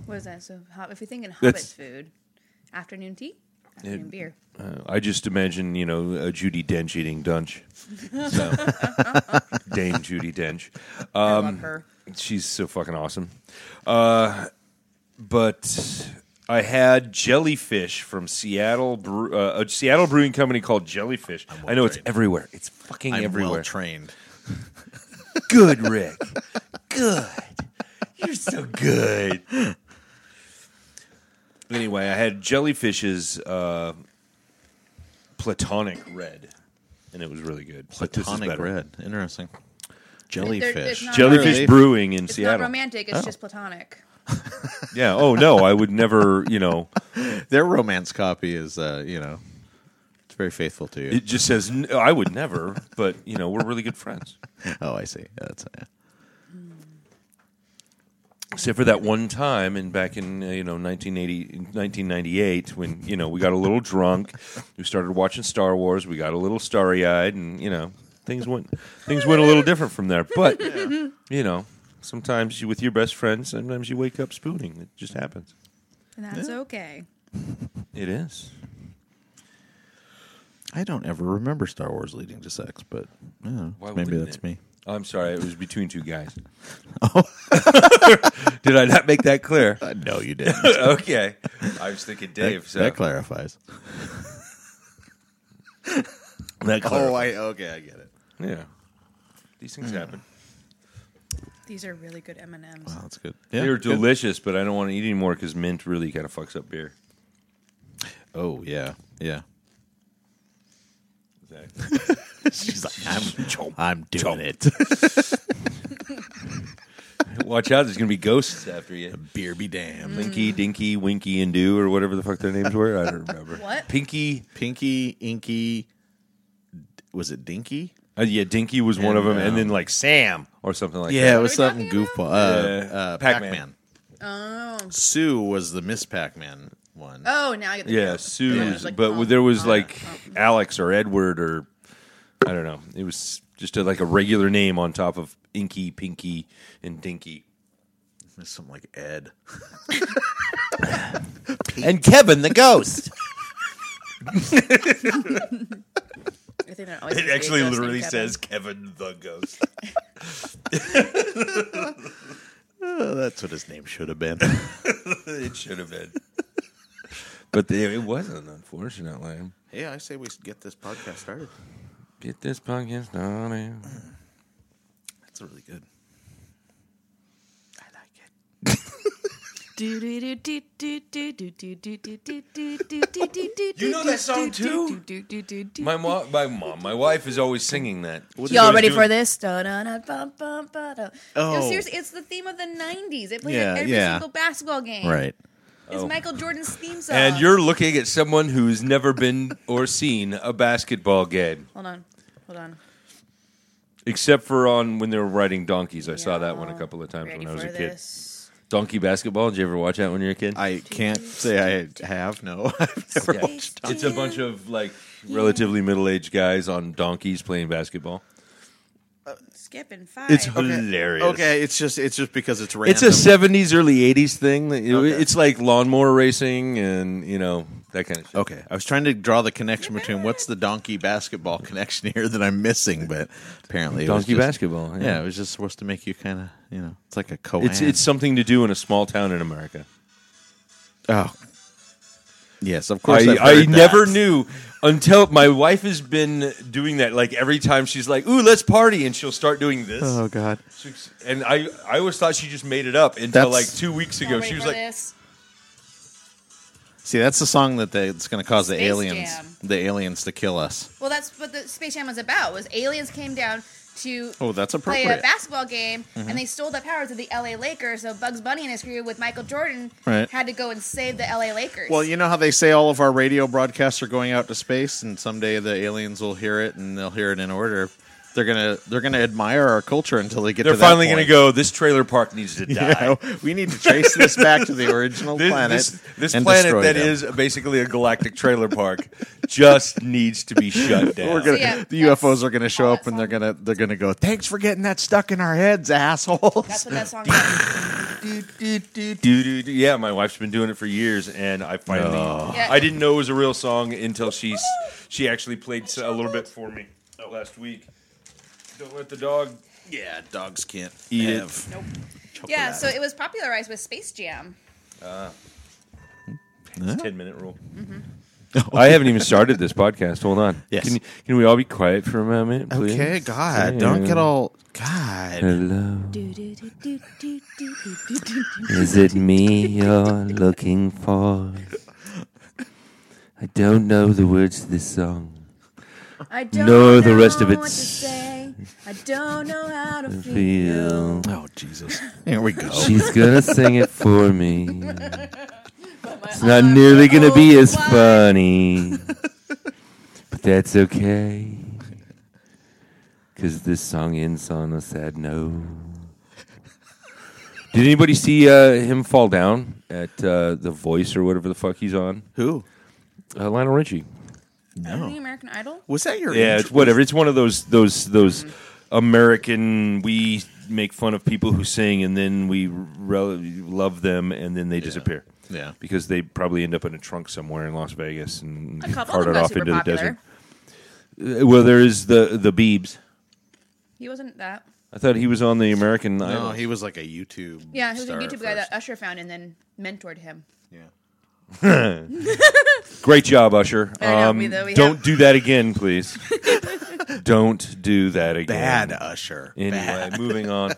What is that? So hot. If you're thinking That's- hobbit food, afternoon tea, afternoon beer. Uh, I just imagine, you know, uh, Judy Dench eating Dunch. So, Dame Judy Dench. I um, love her. She's so fucking awesome. Uh, but I had jellyfish from Seattle, Bre- uh, a Seattle brewing company called Jellyfish. I know it's everywhere. It's fucking I'm well everywhere. trained good, Rick. Good. You're so good. Anyway, I had Jellyfish's uh, Platonic Red, and it was really good. But this is platonic better. red interesting They're- they're jellyfish not- Jellyfish Really? Brewing in It's not Seattle. Oh. romantic. It's just platonic. Yeah. Oh no, I would never. You know, their romance copy is uh you know it's very faithful to you it just says n- I would never. But you know, we're really good friends. oh i see that's yeah. Except for that one time in back in uh, you know 1980, 1998 when you know we got a little drunk, we started watching Star Wars, we got a little starry eyed, and you know things went things went a little different from there. But you know sometimes you, with your best friend, sometimes you wake up spooning. It just happens. And that's okay. It is. I don't ever remember Star Wars leading to sex, but you know, maybe wouldn't that's it? me. Oh. I'm sorry, it was between two guys. Did I not make that clear? Uh, No, you didn't. okay, I was thinking Dave. so. That clarifies. That clarifies. Oh, I okay, I get it. yeah, these things happen. These are really good M and M's. Wow, Oh, that's good. Yeah, they were good. delicious, but I don't want to eat anymore because mint really kind of fucks up beer. Oh yeah, yeah. She's like, I'm, I'm doing it. Watch out, there's going to be ghosts after you. Beer be damned. Mm. Linky, Dinky, Winky, and Doo, or whatever the fuck their names were. I don't remember. What? Pinky. Pinky, Inky, d- was it Dinky? Uh, yeah, Dinky was one of them, and then like Sam or something like Yeah, it that. was What are something we talking goofball. Uh, Yeah. uh, Pac-Man. Pac-Man. Oh. Sue was the Miss Pac-Man one. Oh, now I get the Yeah, joke. Sue. Yeah. was- Like, but oh, there was oh, like Alex or Edward or I don't know. It was just a, like a regular name on top of Inky, Pinky, and Dinky. Something like Ed. And Kevin the ghost. I think there always It has to be a actually ghost named literally Kevin. says Kevin the ghost. Oh, that's what his name should have been. it should have been. But they, it wasn't, unfortunately. Yeah, I say we get this podcast started. Get this pumpkin started. That's really good. I like it. You know that song too? My mom, my mom, my wife is always singing that. Y'all ready for this? Oh. No, Oh. seriously, it's the theme of the 90s. It plays Yeah, at every yeah. single basketball game. Right. It's Michael Jordan's theme song. Oh. And you're looking at someone who's never been or seen a basketball game, Hold on. Hold on. except for on when they were riding donkeys. I saw that one a couple of times Ready when I was for a kid. this. Donkey basketball. Did you ever watch that when you were a kid? I can't say I have. No, I've never watched. It's a bunch of like relatively middle-aged guys on donkeys playing basketball. Skipping five. It's hilarious. Okay, it's just it's just because it's random. It's a '70s, early '80s thing. that- it- Okay. It's like lawnmower racing and you know that kind of. Shit. Okay, I was trying to draw the connection between what's the donkey basketball connection here that I'm missing, but apparently it was Donkey just- basketball, yeah. Yeah. it was just supposed to make you kind of you know, it's like a co. It's it's something to do in a small town in America. oh, yes, of course. I, I've I heard never that. knew until my wife has been doing that. Like every time she's like, "Ooh, let's party," and she'll start doing this. Oh God, And I, I always thought she just made it up until That's- like two weeks Y'all ago. ready She was for like, this? see that's the song that they, it's going to cause the Space aliens, Jam. the aliens to kill us. Well, that's what the Space Jam was about. Was aliens came down to Oh, that's play a appropriate. Mm-hmm. basketball game, and they stole the powers of the L.A. Lakers. So Bugs Bunny and his crew, with Michael Jordan, Right. had to go and save the L.A. Lakers. Well, you know how they say all of our radio broadcasts are going out to space, and someday the aliens will hear it, and they'll hear it in order. They're gonna they're gonna admire our culture until they get. "They're to that finally going to point. go. This trailer park needs to die." Yeah, we need to trace this back to the original This, planet. this, this and planet destroy that them. is basically a galactic trailer park just needs to be shut down. We're gonna, So, Oh, yeah, Oh, the UFOs that's- are going to show all up that and they're song. going to they're going to go. Thanks for getting that stuck in our heads, assholes. that's what that song. Was. Do, do, do, do, do, do. Yeah, my wife's been doing it for years, and I finally Yeah. I didn't know it was a real song until she's she actually played s- a little bit for me last week. Don't let the dog yeah, dogs can't eat have. it. Yeah, so it was popularized with Space Jam. Ten minute rule. Mm-hmm. I haven't even started this podcast. Hold on. Yes. Can, can we all be quiet for a moment, please? Okay, God, don't get all God. Hello. Is it me you're looking for? I don't know the words to this song. I don't No, the rest know of what to it's- say. I don't know how to feel. Feel. Oh Jesus! Here we go. She's gonna sing it for me. It's not nearly gonna be as funny, but that's okay. Cause this song ends on a sad note. Did anybody see uh, him fall down at uh, the Voice or whatever the fuck he's on? Who Uh, Lionel Richie. Isn't he American Idol? was that? Your Yeah, intro- it's whatever. It's one of those those those American we make fun of people who sing and then we rel love them and then they disappear. Yeah. because they probably end up in a trunk somewhere in Las Vegas and A couple of carted them got off super into popular. the desert. Uh, Well, there is the the Beebs. He wasn't that. I thought he was on the American No, Idol. he was like a YouTube. Yeah, he was a star YouTube at guy that first. Usher found and then mentored him. Yeah. Great job, Usher. I know, Um, we- though we don't have- do that again, please. don't do that again. Bad Usher. Anyway, moving on.